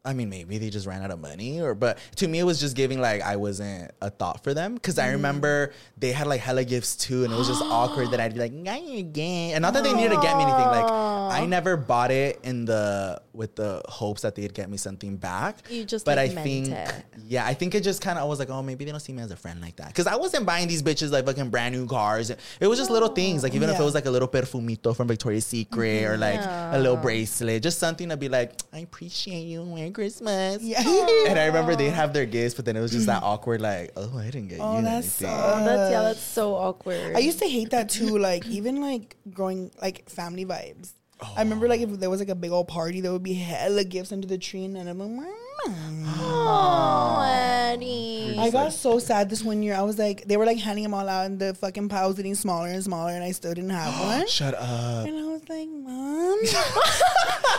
Speaker 1: I mean, maybe they just ran out of money, or but to me, it was just giving like I wasn't a thought for them because
Speaker 2: Mm.
Speaker 1: I remember they had like hella gifts too, and it was just awkward that I'd be like, "Nyeh, again, and not that they needed to get me anything. Like I never bought it in the with the hopes that they'd get me something back.
Speaker 2: You just,
Speaker 1: but
Speaker 2: like,
Speaker 1: I
Speaker 2: meant
Speaker 1: think
Speaker 2: it.
Speaker 1: yeah, I think it just kind of I was like, oh, maybe they don't see me as a friend like that because I wasn't buying these bitches like fucking brand new cars. It was just little things, like even if it
Speaker 3: Yeah.
Speaker 1: was like a little perfumito from Victoria's Secret or like a little bracelet, just something to be like, I appreciate you, Merry Christmas.
Speaker 3: Yeah.
Speaker 1: And I remember they'd have their gifts, but then it was just that awkward, like, oh, I didn't get you
Speaker 3: that
Speaker 1: anything.
Speaker 3: sucks.
Speaker 2: That's yeah, that's so awkward.
Speaker 3: Uh, I used to hate that too. Like even like growing like family vibes. I remember like if there was like a big old party, there would be hella gifts under the tree, and none of them. were mine.
Speaker 2: Oh, Eddie.
Speaker 3: I got so sad this one year. I was like, they were like handing them all out, and the fucking pile was getting smaller and smaller, and I still didn't have one.
Speaker 1: Shut up.
Speaker 3: And I was like, Mom,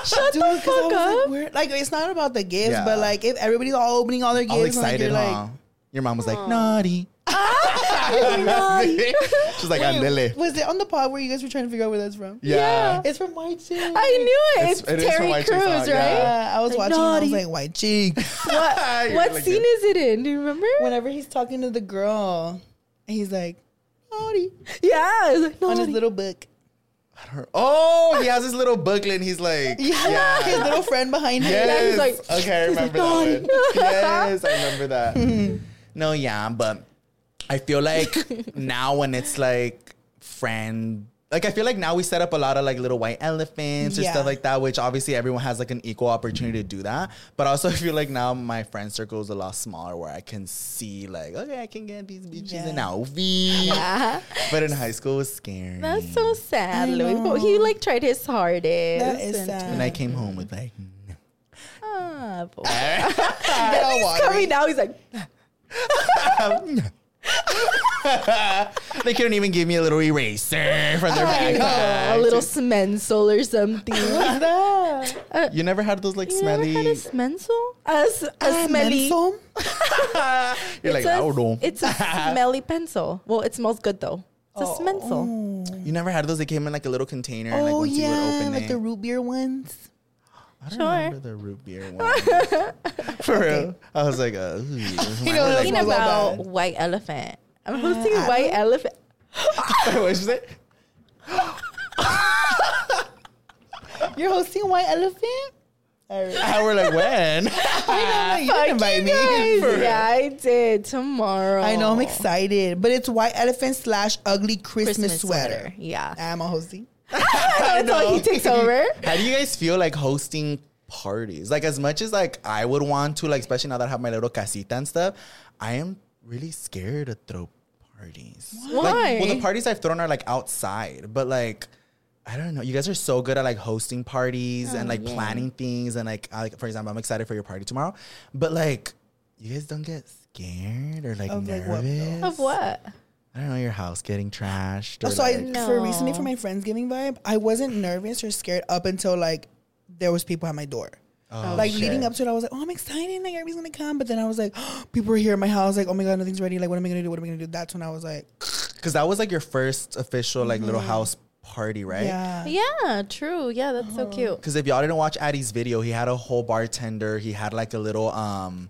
Speaker 3: shut Dude, the fuck
Speaker 2: up.
Speaker 3: Like, Where, like, it's not about the gifts,
Speaker 1: Yeah.
Speaker 3: but like, if everybody's all opening all their gifts,
Speaker 1: All
Speaker 3: and, like,
Speaker 1: excited,
Speaker 3: you're
Speaker 1: huh? Your mom was like, naughty. She's like, I'm Lily.
Speaker 3: like, was it on the pod where you guys were trying to figure out where that's from?
Speaker 1: Yeah.
Speaker 3: It's from White Chicks.
Speaker 2: I knew it.
Speaker 1: It's-
Speaker 2: It's,
Speaker 1: it is from
Speaker 2: Terry
Speaker 1: White Chicks
Speaker 2: Crews,
Speaker 1: Out,
Speaker 2: right?
Speaker 1: yeah.
Speaker 3: Uh, I was
Speaker 2: Like,
Speaker 3: watching. and I was
Speaker 2: naughty.
Speaker 3: like, White Chicks.
Speaker 2: What, what
Speaker 1: like
Speaker 2: scene is it in? Do you remember?
Speaker 3: Whenever he's talking to the girl, and he's like, naughty
Speaker 2: yeah, it's like,
Speaker 3: on his
Speaker 2: naughty.
Speaker 3: little book.
Speaker 1: Oh, he has his little booklet and he's like, yeah.
Speaker 3: His little friend behind him.
Speaker 1: Yes.
Speaker 2: he's Hmm. like,
Speaker 1: okay, I remember that one. yes, I remember that. no, yeah, but I feel like now when it's like friend. Like I feel like now we set up a lot of like little white elephants or
Speaker 3: Yeah.
Speaker 1: stuff like that, which obviously everyone has like an equal opportunity to do that. But also I feel like now my friend circle is a lot smaller where I can see like, okay, I can get these bitches
Speaker 3: Yeah.
Speaker 1: in OV. But in high school it was scary.
Speaker 2: That's so sad, Louis. But he like tried his hardest.
Speaker 3: That is
Speaker 1: and
Speaker 3: sad.
Speaker 1: I came home with like
Speaker 2: Ah, boy.
Speaker 3: Hella
Speaker 2: he's
Speaker 3: watery.
Speaker 2: coming now. He's like,
Speaker 1: they couldn't even give me a little eraser from their backpack.
Speaker 2: a little smensel or something. What's that?
Speaker 1: You never had those like
Speaker 2: You never
Speaker 1: smelly.
Speaker 2: had a smensel? A, s- a Ah, smelly.
Speaker 3: Mensom?
Speaker 1: You're like,
Speaker 2: It's
Speaker 1: I
Speaker 2: a,
Speaker 1: don't know.
Speaker 2: it's a smelly pencil. Well, it smells good though. It's a smensel.
Speaker 1: You never had those. They came in like a little container. and, like,
Speaker 3: Oh
Speaker 1: once you would
Speaker 3: yeah,
Speaker 1: open
Speaker 3: like
Speaker 1: it.
Speaker 3: the root beer ones.
Speaker 1: I don't
Speaker 2: sure.
Speaker 1: remember the root beer one. For real, I was like, uh, ooh.
Speaker 3: You know,
Speaker 2: Thinking about white elephant. I'm hosting white elephant.
Speaker 1: what did you say?
Speaker 3: You're hosting White Elephant? Alright.
Speaker 1: And we're like, when?
Speaker 3: I know, like, you
Speaker 2: Fuck
Speaker 3: didn't invite
Speaker 2: you
Speaker 3: me.
Speaker 2: guys.
Speaker 3: For-
Speaker 2: Yeah, I did tomorrow.
Speaker 3: I know, I'm excited. But it's White Elephant slash ugly Christmas,
Speaker 2: Christmas
Speaker 3: sweater.
Speaker 2: sweater.
Speaker 3: Ah,
Speaker 2: Yeah.
Speaker 3: I'm a hosting.
Speaker 2: That's all he takes over.
Speaker 1: How do you guys feel like hosting parties? Like as much as like I would want to, like especially now that I have my little casita and stuff, I am really scared to throw parties. Like, well, the
Speaker 2: Why?
Speaker 1: parties I've thrown are like outside, but like. I don't know. You guys are so good at like hosting parties
Speaker 2: Oh,
Speaker 1: and like planning things and like, I, like for example, I'm excited for your party tomorrow, but like you guys don't get scared or like
Speaker 3: Of, like, what,
Speaker 1: nervous
Speaker 2: Of what?
Speaker 1: I don't know, your house getting trashed. Or
Speaker 3: Oh, So I,
Speaker 1: like,
Speaker 3: for recently for my friendsgiving vibe, I wasn't nervous or scared up until like there was people at my door. like leading up to it, I was like, "Oh, I'm excited! Like everybody's gonna come." But then I was like, "People are here at my house! Like, oh my god, nothing's ready! Like, what am I gonna do? What am I gonna do?" That's when I was like,
Speaker 1: because that was like your first official like little house party, right?
Speaker 3: "Yeah,
Speaker 2: Yeah, true. Yeah, that's so cute.
Speaker 1: Because if y'all didn't watch Addie's video, he had a whole bartender. He had like a little um,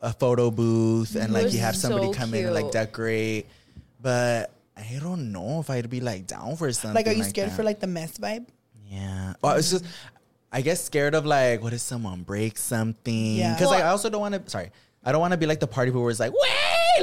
Speaker 1: a photo booth, and like
Speaker 2: was
Speaker 1: he had somebody
Speaker 2: so
Speaker 1: come in and like
Speaker 2: cute.
Speaker 1: decorate. But I don't know if I'd be like down for something.
Speaker 3: like, are you scared
Speaker 1: that.
Speaker 3: for like the mess vibe?"
Speaker 1: Yeah. Well, it's just, I guess, scared of like, what if someone breaks something?
Speaker 3: Yeah.
Speaker 1: Because like, I also don't want to. Sorry, I don't want to be like the party people where it's like, way.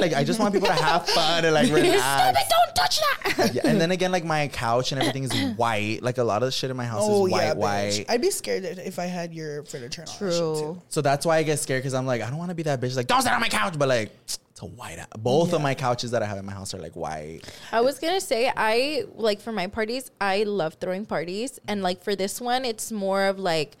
Speaker 1: Like, I just want people to have fun and like relax.
Speaker 2: Don't touch that.
Speaker 1: Yeah, and then again, like my couch and everything is white. Like a lot of the shit in my house
Speaker 3: Oh
Speaker 1: is white,
Speaker 3: yeah,
Speaker 1: white.
Speaker 3: bitch. I'd be scared if if I had your furniture. And all that shit, too.
Speaker 2: True.
Speaker 1: so that's why I get scared because I'm like, I don't want to be that bitch. Like, don't sit on my couch, but like, it's a white. Both of my couches that I have in my house are like white.
Speaker 2: I was gonna say I like for my parties, I love throwing parties, and like for this one, it's more of like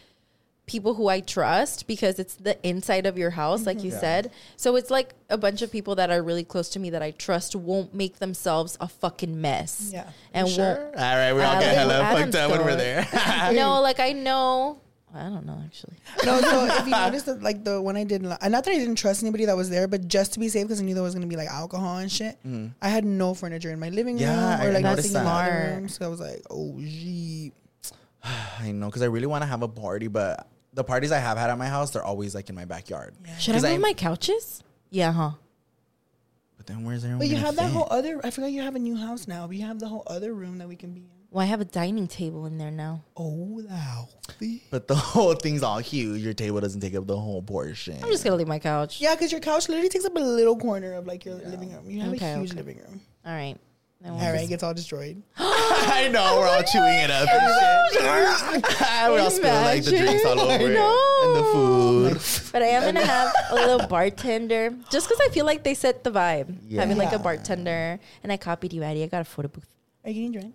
Speaker 2: people who I trust because it's the inside of your house, like you said. So it's like a bunch of people that are really close to me that I trust won't make themselves a fucking mess.
Speaker 3: Yeah.
Speaker 2: and
Speaker 1: All
Speaker 2: won't.
Speaker 1: right, we all
Speaker 2: I
Speaker 1: get
Speaker 2: like
Speaker 1: hella fucked
Speaker 2: Adam's
Speaker 1: up when we're
Speaker 2: store.
Speaker 1: there.
Speaker 2: no, like I know. I don't know actually.
Speaker 3: No, so if you notice that, like the one I did, li- and not that I didn't trust anybody that was there, but just to be safe because I knew there was gonna be like alcohol and shit. I had no furniture in my living
Speaker 1: Mm. Yeah, I
Speaker 3: room or like
Speaker 1: noticed
Speaker 3: nothing in my
Speaker 2: that.
Speaker 3: living room, so I was like, "Oh, gee."
Speaker 1: I know because I really want to have a party, but the parties I have had at my house, they're always like in my backyard.
Speaker 2: Should I
Speaker 1: 'Cause
Speaker 2: move
Speaker 1: I-
Speaker 2: my couches? Yeah, huh?
Speaker 1: But then where's everyone?
Speaker 3: But you
Speaker 1: gonna
Speaker 3: have that
Speaker 1: fit?
Speaker 3: whole other. I forgot you have a new house now. But you have the whole other room that we can be in.
Speaker 2: Well, I have a dining table in there now.
Speaker 3: Oh, wow.
Speaker 1: But the whole thing's all huge. Your table doesn't take up the whole portion.
Speaker 2: I'm just gonna leave my couch.
Speaker 3: Yeah, because your couch literally takes up a little corner of like your living room. You have
Speaker 2: Okay,
Speaker 3: a huge
Speaker 2: okay.
Speaker 3: living room.
Speaker 2: All right. I won't
Speaker 3: All right, it gets all destroyed.
Speaker 1: I know we're all chewing it up and shit. we're all spilling like the drinks all over it and the food.
Speaker 2: But I am gonna have a little bartender, just because I feel like they set the vibe. Having like a bartender, and I copied you, Addie. I got a photo booth.
Speaker 3: Are you getting drunk?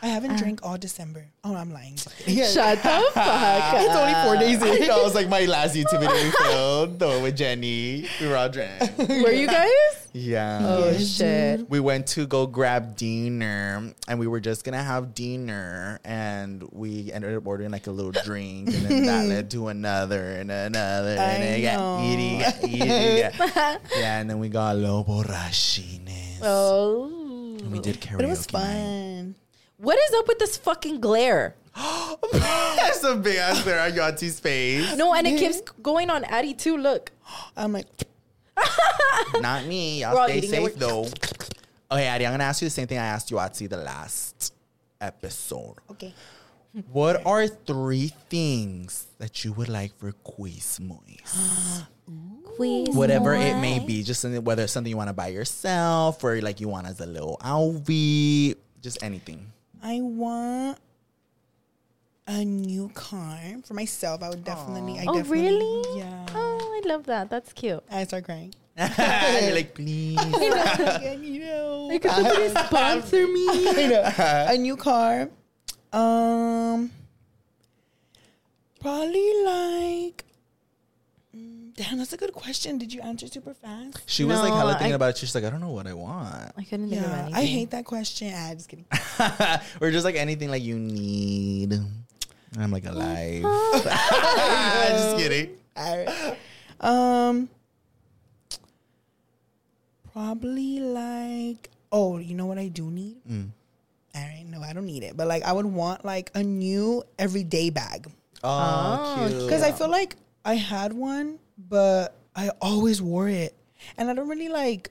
Speaker 3: I haven't drank all December. Oh, I'm lying. Yeah.
Speaker 2: Shut the fuck up.
Speaker 1: It's
Speaker 3: uh,
Speaker 1: only four days in. That was like my last YouTube video we filmed, the one with Jenny. We were all drank.
Speaker 2: Were you guys?
Speaker 1: Yeah.
Speaker 2: Oh shit!
Speaker 1: we went to go grab dinner and we were just gonna have dinner and we ended up ordering like a little drink and then that led to another and another and
Speaker 3: I
Speaker 1: it got
Speaker 3: know.
Speaker 1: eating, got eating. got- yeah, and then we got a little borrachines.
Speaker 2: Oh,
Speaker 1: And we did karaoke.
Speaker 3: But it was
Speaker 1: night.
Speaker 3: fun.
Speaker 2: what is up with this fucking glare?
Speaker 1: That's a big ass there on your auntie's face.
Speaker 2: No, and it keeps going on Addie too. Look,
Speaker 3: I'm like,
Speaker 1: Not me.
Speaker 2: We're all
Speaker 1: Y'all stay
Speaker 2: eating it.
Speaker 1: safe
Speaker 2: We're-
Speaker 1: though. Okay, Addie, I'm gonna ask you the same thing I asked you, Atsi, the last episode.
Speaker 3: okay.
Speaker 1: What are three things that you would like for Quizmoys? Whatever it may be, just something, whether it's something you want to buy yourself or like you want as a little outfit, just anything.
Speaker 3: I want a new car for myself. I would definitely. I
Speaker 2: Oh
Speaker 3: definitely,
Speaker 2: really?
Speaker 3: Yeah.
Speaker 2: Oh, I love that. That's cute.
Speaker 3: I start crying.
Speaker 1: You're like, please.
Speaker 3: you know.
Speaker 2: Could somebody sponsor me?
Speaker 3: You know, a new car. Um, probably like. mm, Damn, that's a good question. Did you answer super fast?
Speaker 1: She was like,
Speaker 2: No,
Speaker 1: hella thinking
Speaker 2: I-
Speaker 1: about it. She's like, I don't know what I want.
Speaker 2: I couldn't think of
Speaker 3: Yeah,
Speaker 2: anything.
Speaker 3: I hate that question. Ah, just kidding.
Speaker 1: or just like anything like you need. And I'm like, alive. just kidding.
Speaker 3: All right. Um, probably like oh, you know what I do need? All right, no, I don't need it, but like I would want like a new everyday bag
Speaker 1: Oh, cute.
Speaker 3: because I feel like I had one, but I always wore it, and I don't really like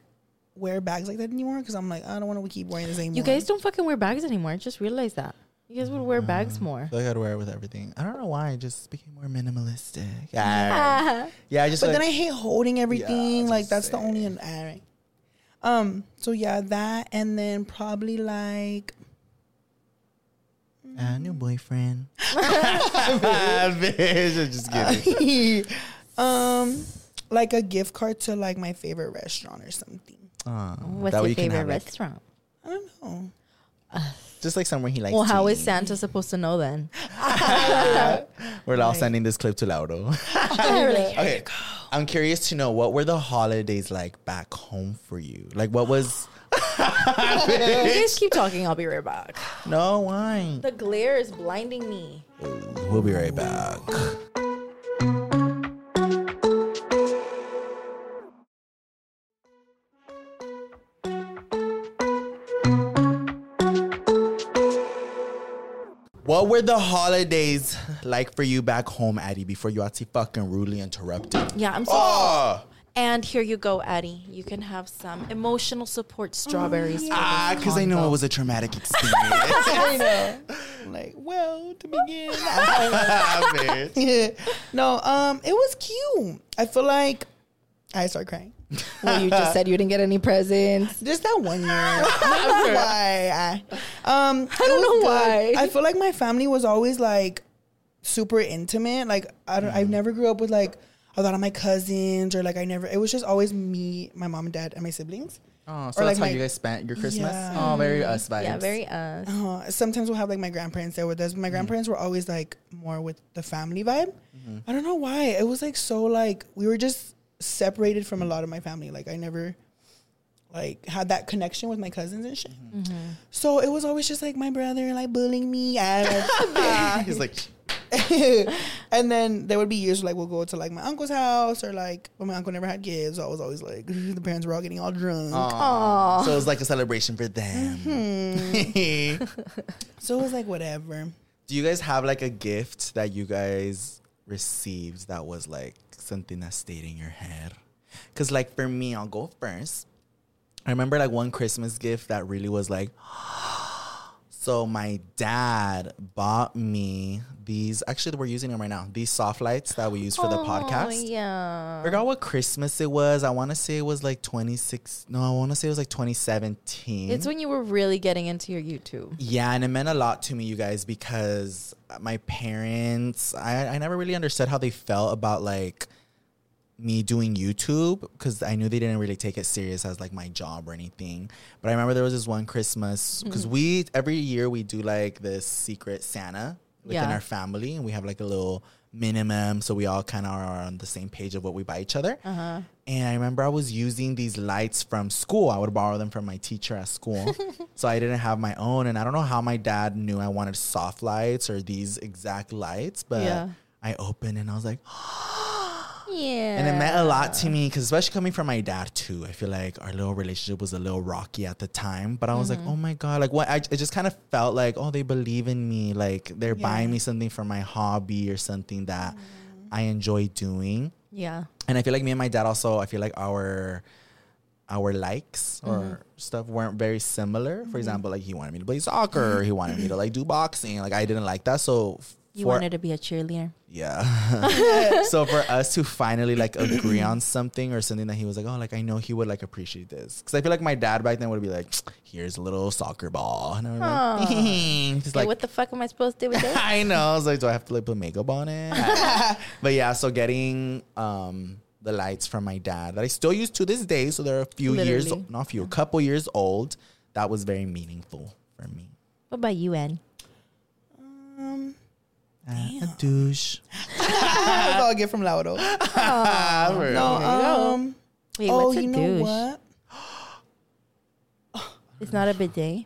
Speaker 3: wear bags like that anymore because I'm like I don't want to keep wearing the same.
Speaker 2: You
Speaker 3: one.
Speaker 2: guys don't fucking wear bags anymore. I just realized that. You guys would wear bags more.
Speaker 1: I feel like I'd wear it with everything. I don't know why. I just became more minimalistic. Yeah. yeah, I just
Speaker 3: But
Speaker 1: like,
Speaker 3: then I hate holding everything.
Speaker 1: that's
Speaker 3: like that's the only. All right. Um. So yeah, that, and then probably like
Speaker 1: Uh, new boyfriend. Ah, bitch, I'm just kidding.
Speaker 3: um, like a gift card to like my favorite restaurant or something. Oh,
Speaker 1: Aw,
Speaker 2: Oh, What's
Speaker 1: that way
Speaker 2: your
Speaker 1: you can
Speaker 2: favorite
Speaker 1: have, like,
Speaker 2: restaurant?
Speaker 3: I don't know.
Speaker 1: just like somewhere he likes.
Speaker 2: Well, how
Speaker 1: to
Speaker 2: is
Speaker 1: eat.
Speaker 2: Santa supposed to know then?
Speaker 1: We're all sending this clip to Lauro.
Speaker 2: Really?
Speaker 1: okay. I'm curious to know what were the holidays like back home for you? Like, what was
Speaker 2: You guys keep talking. I'll be right back.
Speaker 1: no wine?
Speaker 2: The glare is blinding me.
Speaker 1: We'll be right back. What were the holidays like for you back home, Addie, before you actually fucking rudely interrupted?
Speaker 2: Yeah, I'm so.
Speaker 3: Ah.
Speaker 1: Oh,
Speaker 2: And here you go, Addie. You can have some emotional support strawberries.
Speaker 1: ah, because I know it was a traumatic experience.
Speaker 3: I know. I'm like, well, to begin.
Speaker 1: Bitch.
Speaker 3: no, um, it was cute. I feel like I start crying.
Speaker 2: Well, you just said you didn't get any presents.
Speaker 3: Just that one year. I don't know why. I, um, I
Speaker 2: don't know Oh, why.
Speaker 3: I feel like my family was always like super intimate. Like I don't. I never grew up with like a lot of my cousins or like I never. It was just always me, my mom and dad, and my siblings.
Speaker 1: Oh, so
Speaker 3: Or
Speaker 1: that's
Speaker 3: like
Speaker 1: how
Speaker 3: my-
Speaker 1: you guys spent your Christmas?
Speaker 3: Yeah.
Speaker 1: Oh, very us vibes.
Speaker 2: Yeah, very us.
Speaker 3: Uh, sometimes we'll have like my grandparents there with us. but My grandparents were always like more with the family vibe. I don't know why. It was like so like we were just separated from a lot of my family. Like I never like had that connection with my cousins and shit. So it was always just like my brother like bullying me. I like,
Speaker 1: He's like,
Speaker 3: and then there would be years like we'll go to like my uncle's house or like when my uncle never had kids. So I was always like the parents were all getting all drunk.
Speaker 1: so
Speaker 2: Oh.
Speaker 1: it was like a celebration for them.
Speaker 2: Mm-hmm.
Speaker 3: So it was like whatever.
Speaker 1: Do you guys have like a gift that you guys received that was like something that stayed in your head? Because, like, for me, I'll go first. I remember like one Christmas gift that really was like, so my dad bought me these. Actually, we're using them right now. These soft lights that we use for the podcast.
Speaker 2: Oh, Yeah.
Speaker 1: I forgot what Christmas it was. I want to say it was like 26. No, I want to say it was like 2017.
Speaker 2: It's when you were really getting into your YouTube.
Speaker 1: yeah, and it meant a lot to me, you guys, because my parents, I, I never really understood how they felt about like me doing YouTube because I knew they didn't really take it serious as like my job or anything. But I remember there was this one Christmas because we every year we do like this secret Santa within
Speaker 2: Yeah.
Speaker 1: our family, and we have like a little minimum, so we all kind of are on the same page of what we buy each other. And I remember I was using these lights from school. I would borrow them from my teacher at school, so I didn't have my own. And I don't know how my dad knew I wanted soft lights or these exact lights, but.
Speaker 2: Yeah.
Speaker 1: I opened and I was like,
Speaker 2: Yeah.
Speaker 1: and it meant a lot to me because, especially coming from my dad too, I feel like our little relationship was a little rocky at the time. But I was
Speaker 2: Mm-hmm.
Speaker 1: like, oh my god, like what? I, it just kind of felt like, oh, they believe in me, like they're buying me something for my hobby or something that
Speaker 2: Mm-hmm.
Speaker 1: I enjoy doing.
Speaker 2: yeah.
Speaker 1: And I feel like me and my dad also, I feel like our our likes or
Speaker 2: Mm-hmm.
Speaker 1: stuff weren't very similar. For example, like he wanted me to play soccer, he wanted me to like do boxing, like I didn't like that. So
Speaker 2: You
Speaker 1: for-
Speaker 2: wanted to be a cheerleader.
Speaker 1: yeah. so for us to finally like agree on something or something that he was like, oh, like I know he would like appreciate this because I feel like my dad back then would be like, here's a little soccer ball, and I'm like, he's
Speaker 2: Like,
Speaker 1: like,
Speaker 2: what the fuck am I supposed to do with this?
Speaker 1: I know. I was like, do I have to like put makeup on it? but yeah, so getting um the lights from my dad that I still use to this day, so they're a few years,
Speaker 2: Literally.
Speaker 1: not a few, a couple years old. That was very meaningful for me.
Speaker 2: what about you, Anne?
Speaker 1: Uh, a douche.
Speaker 3: That's all I get from Laudo. no, um,
Speaker 2: Wait,
Speaker 3: oh,
Speaker 2: what's a
Speaker 3: you know
Speaker 2: douche?
Speaker 3: what?
Speaker 2: It's not a bidet.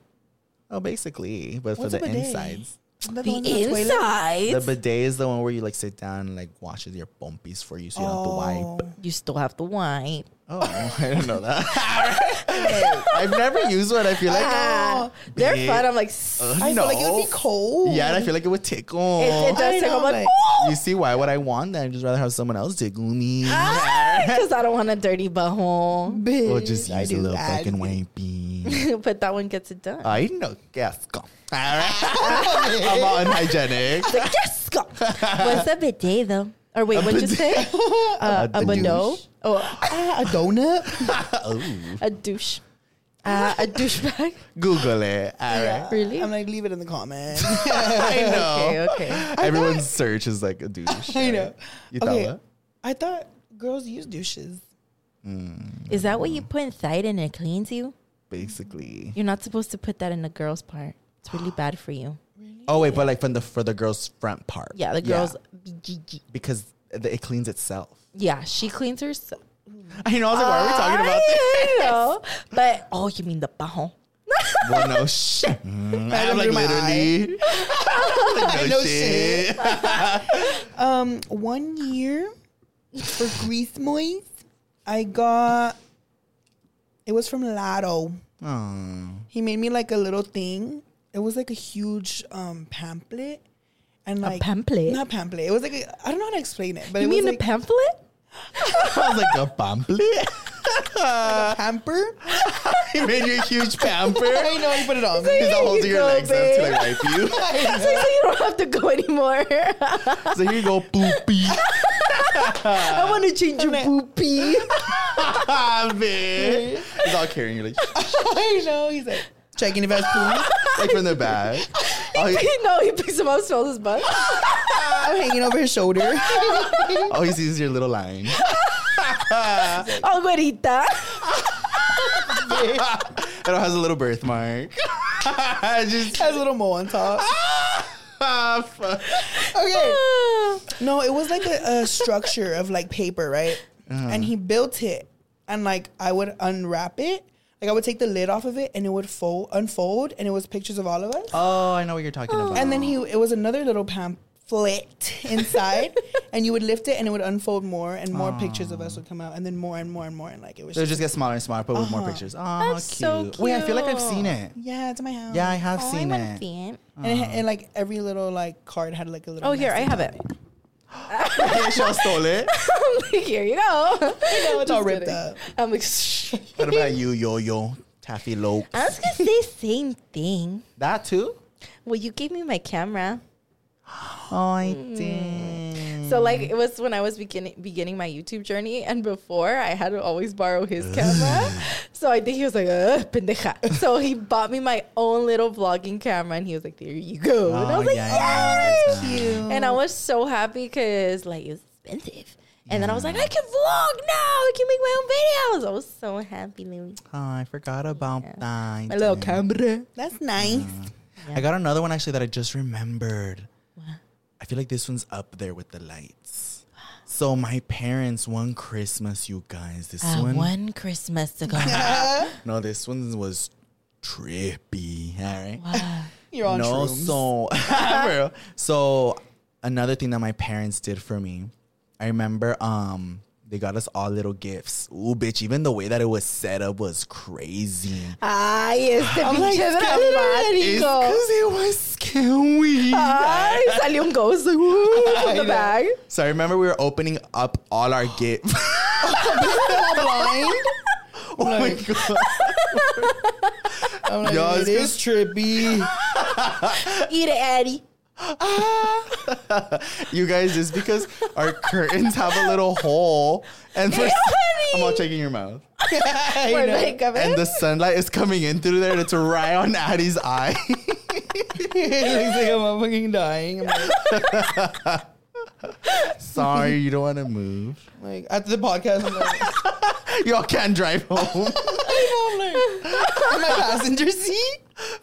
Speaker 1: Oh, basically, but
Speaker 3: What's
Speaker 1: for
Speaker 3: a
Speaker 1: the
Speaker 3: bidet?
Speaker 1: insides.
Speaker 3: Isn't that
Speaker 2: The
Speaker 3: one in toilet?
Speaker 2: inside.
Speaker 1: The bidet is the one where you like sit down and like washes your pompies for you so you don't have to wipe.
Speaker 2: You still have to wipe.
Speaker 1: Oh, I didn't know that. I've never used one. I feel like
Speaker 2: Ah, they're
Speaker 1: Yeah.
Speaker 2: fun. I'm like,
Speaker 3: I feel like it would be cold.
Speaker 1: Yeah, and I feel like it would tickle.
Speaker 2: it, it does
Speaker 3: I
Speaker 2: take
Speaker 3: know,
Speaker 2: I'm like,
Speaker 3: like-
Speaker 1: you see why would I want that? I'd just rather have someone else tickle me.
Speaker 2: because I don't want a dirty butthole.
Speaker 3: Bitch,
Speaker 1: Or just
Speaker 3: I
Speaker 1: use a
Speaker 3: do
Speaker 1: little
Speaker 3: that.
Speaker 1: fucking wipey.
Speaker 2: but that one gets it done.
Speaker 1: I know. Yes, go. I'm all unhygienic.
Speaker 2: yes, go.
Speaker 3: Uh-huh.
Speaker 2: What's a bidet though? Or wait, what'd you say? Uh, a bidot? Oh,
Speaker 3: Ah, a donut.
Speaker 2: a douche. Uh, a douchebag.
Speaker 1: Google it. All right.
Speaker 2: Really?
Speaker 3: I'm like, leave it in the comments.
Speaker 1: I
Speaker 2: okay,
Speaker 1: know.
Speaker 2: okay.
Speaker 1: Everyone's search is like a douche.
Speaker 3: I know.
Speaker 1: You thought
Speaker 3: Okay,
Speaker 1: what?
Speaker 3: I thought girls use douches.
Speaker 2: Is that what you put inside and it cleans you?
Speaker 1: Basically.
Speaker 2: You're not supposed to put that in the girl's part. It's really bad for you.
Speaker 1: Oh wait, but like from the for the girl's front part.
Speaker 2: Yeah, the girl's.
Speaker 1: because th- it cleans itself.
Speaker 2: Yeah, she cleans herself.
Speaker 1: I know. I was like, why are we talking about this?
Speaker 2: know. But oh, you mean the bajo?
Speaker 1: well, no shit. Mm,
Speaker 3: Right
Speaker 1: I'm like
Speaker 3: under my
Speaker 1: literally. Like, no,
Speaker 3: No
Speaker 1: shit.
Speaker 3: shit. um, one year for Grease Moist, I got. It was from Lotto. He made me like a little thing. It was like a huge um pamphlet, and like
Speaker 2: pamphlet?
Speaker 3: Not pamphlet. It was like a, I don't know how to explain it, but
Speaker 2: You
Speaker 3: it
Speaker 2: mean
Speaker 3: was
Speaker 2: a
Speaker 3: like
Speaker 2: pamphlet?
Speaker 1: I was like a pamphlet.
Speaker 3: a pamper.
Speaker 1: he made you a huge pamper.
Speaker 3: I know. You put it on.
Speaker 1: He's all
Speaker 2: Here
Speaker 1: holding
Speaker 2: you
Speaker 1: your
Speaker 2: go,
Speaker 1: legs up to like wipe you.
Speaker 2: It's like, so you don't have to go anymore.
Speaker 1: so here you go, poopy.
Speaker 2: I want to change your poopy.
Speaker 1: Ah, man. He's all carrying you like,
Speaker 3: I know. He's like checking if I was pooing.
Speaker 1: like from the back. Oh, he,
Speaker 2: no, he picks him up, smells his butt.
Speaker 3: I'm hanging over his shoulder.
Speaker 1: all he sees is your little line.
Speaker 2: Oh, güerita.
Speaker 1: it all has a little birthmark. Just
Speaker 3: Has a little mole on top.
Speaker 1: ah, fuck.
Speaker 3: Okay. No, it was like a, a structure of like paper, right? And he built it, and like I would unwrap it, like I would take the lid off of it, and it would fold, unfold, and it was pictures of all of us.
Speaker 1: Oh, I know what you're talking about.
Speaker 3: And then he, it was another little pamphlet inside, and you would lift it, and it would unfold more, and more pictures of us would come out, and then more and more and more, and like it was.
Speaker 1: So it
Speaker 3: Just,
Speaker 1: just gets smaller and smaller, but with more pictures. Oh,
Speaker 2: That's so
Speaker 1: Wait, I feel like I've
Speaker 2: cute.
Speaker 1: seen it.
Speaker 3: yeah, uh-huh. it's my house.
Speaker 1: Yeah, I
Speaker 2: Oh,
Speaker 1: have seen it.
Speaker 3: and, it, ha- and like every little like card had like a little.
Speaker 2: Oh, here, I have it.
Speaker 1: Okay, Shaw stole it.
Speaker 2: here you go.
Speaker 3: It's all ripped up.
Speaker 2: I'm like, shh.
Speaker 1: What about you, Yo Yo? Taffy Loke.
Speaker 2: I was going to say same thing.
Speaker 1: That too?
Speaker 2: Well, you gave me my camera.
Speaker 1: Oh, I
Speaker 2: Hmm.
Speaker 1: did.
Speaker 2: So like it was when I was beginning beginning my YouTube journey, and before I had to always borrow his camera. So I think he was like, "Ugh, pendeja." So he bought me my own little vlogging camera, and he was like, "There you go." and I was like, "Yes!" And I was so happy because like it was expensive. And then I was like, I can vlog now. I can make my own videos. I was so happy, Louis.
Speaker 1: Oh, I forgot about that.
Speaker 2: My little camera.
Speaker 3: That's nice.
Speaker 1: I got another one actually that I just remembered. I feel like this one's up there with the lights. So my parents, one Christmas, you guys, this
Speaker 2: Uh,
Speaker 1: one,
Speaker 2: one Christmas ago.
Speaker 1: no, this one was trippy. All right,
Speaker 3: You're on
Speaker 1: no,
Speaker 3: shrooms.
Speaker 1: so for real. so another thing that my parents did for me, I remember um they got us all little gifts. Ooh, bitch! Even the way that it was set up was crazy.
Speaker 2: Ay, este pinche
Speaker 1: It's
Speaker 2: dramático.
Speaker 1: because it was scary.
Speaker 3: Uh,
Speaker 2: Ay, salió un ghost like, "Woo," from the bag.
Speaker 1: So I remember we were opening up all our gifts.
Speaker 3: blind.
Speaker 1: oh my god!
Speaker 3: I'm like,
Speaker 1: Yo,
Speaker 3: it is
Speaker 1: it's
Speaker 3: trippy.
Speaker 2: Eat it, Eddie.
Speaker 1: You guys, just because our curtains have a little hole, and for, I'm all checking your mouth,
Speaker 2: We're like, a
Speaker 1: and
Speaker 2: ver.
Speaker 1: the sunlight is coming in through there, and it's right on Addie's eye.
Speaker 3: it looks like I'm fucking dying. I'm like,
Speaker 1: Sorry, you don't want to move.
Speaker 3: like, after the podcast, I'm like,
Speaker 1: Y'all can't drive home.
Speaker 3: I'm like, in my passenger seat.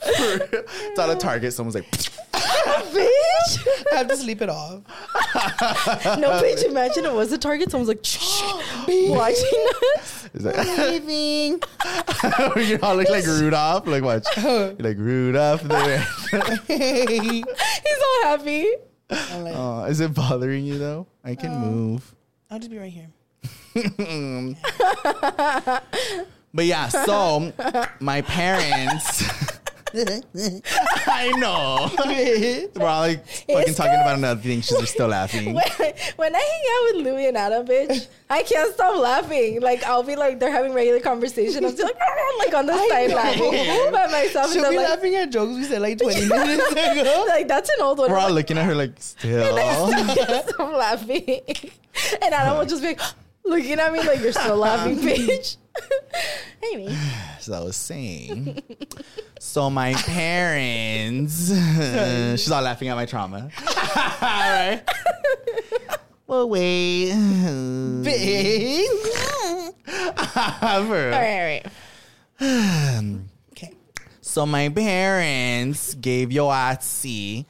Speaker 1: it's out of Target. Someone's like,
Speaker 2: bitch.
Speaker 3: I have to sleep it off.
Speaker 2: No,
Speaker 1: Ah,
Speaker 2: bitch. Imagine it was a target. Someone's like, "Shh, watching us.
Speaker 1: It's like-
Speaker 3: Leaving.
Speaker 1: you all look like Rudolph. Like watch, You're like Rudolph. There,
Speaker 3: Hey.
Speaker 2: He's all happy.
Speaker 3: I'm like,
Speaker 1: Aw, Oh, is it bothering you though? I
Speaker 3: Um.
Speaker 1: can move.
Speaker 3: I'll just be right here.
Speaker 1: But yeah, so my parents, I know, we're all like fucking talking about another thing. She's just still laughing.
Speaker 2: When, when I hang out with Louis and Adam, bitch, I can't stop laughing. Like I'll be like, they're having regular conversation. I'm just like, like on the sideline by myself.
Speaker 3: Should
Speaker 2: and
Speaker 3: be
Speaker 2: I'm like,
Speaker 3: laughing at jokes we said like 20 minutes ago.
Speaker 2: like that's an old one.
Speaker 1: We're all looking at her like still.
Speaker 2: I'm laughing. And Adam will just be like, looking at me like, you're still laughing, bitch. anyway.
Speaker 1: As I was saying, so my parents, uh, she's all laughing at my trauma. all right. Well, wait.
Speaker 2: All right, all right.
Speaker 3: Okay.
Speaker 1: So my parents gave your auntie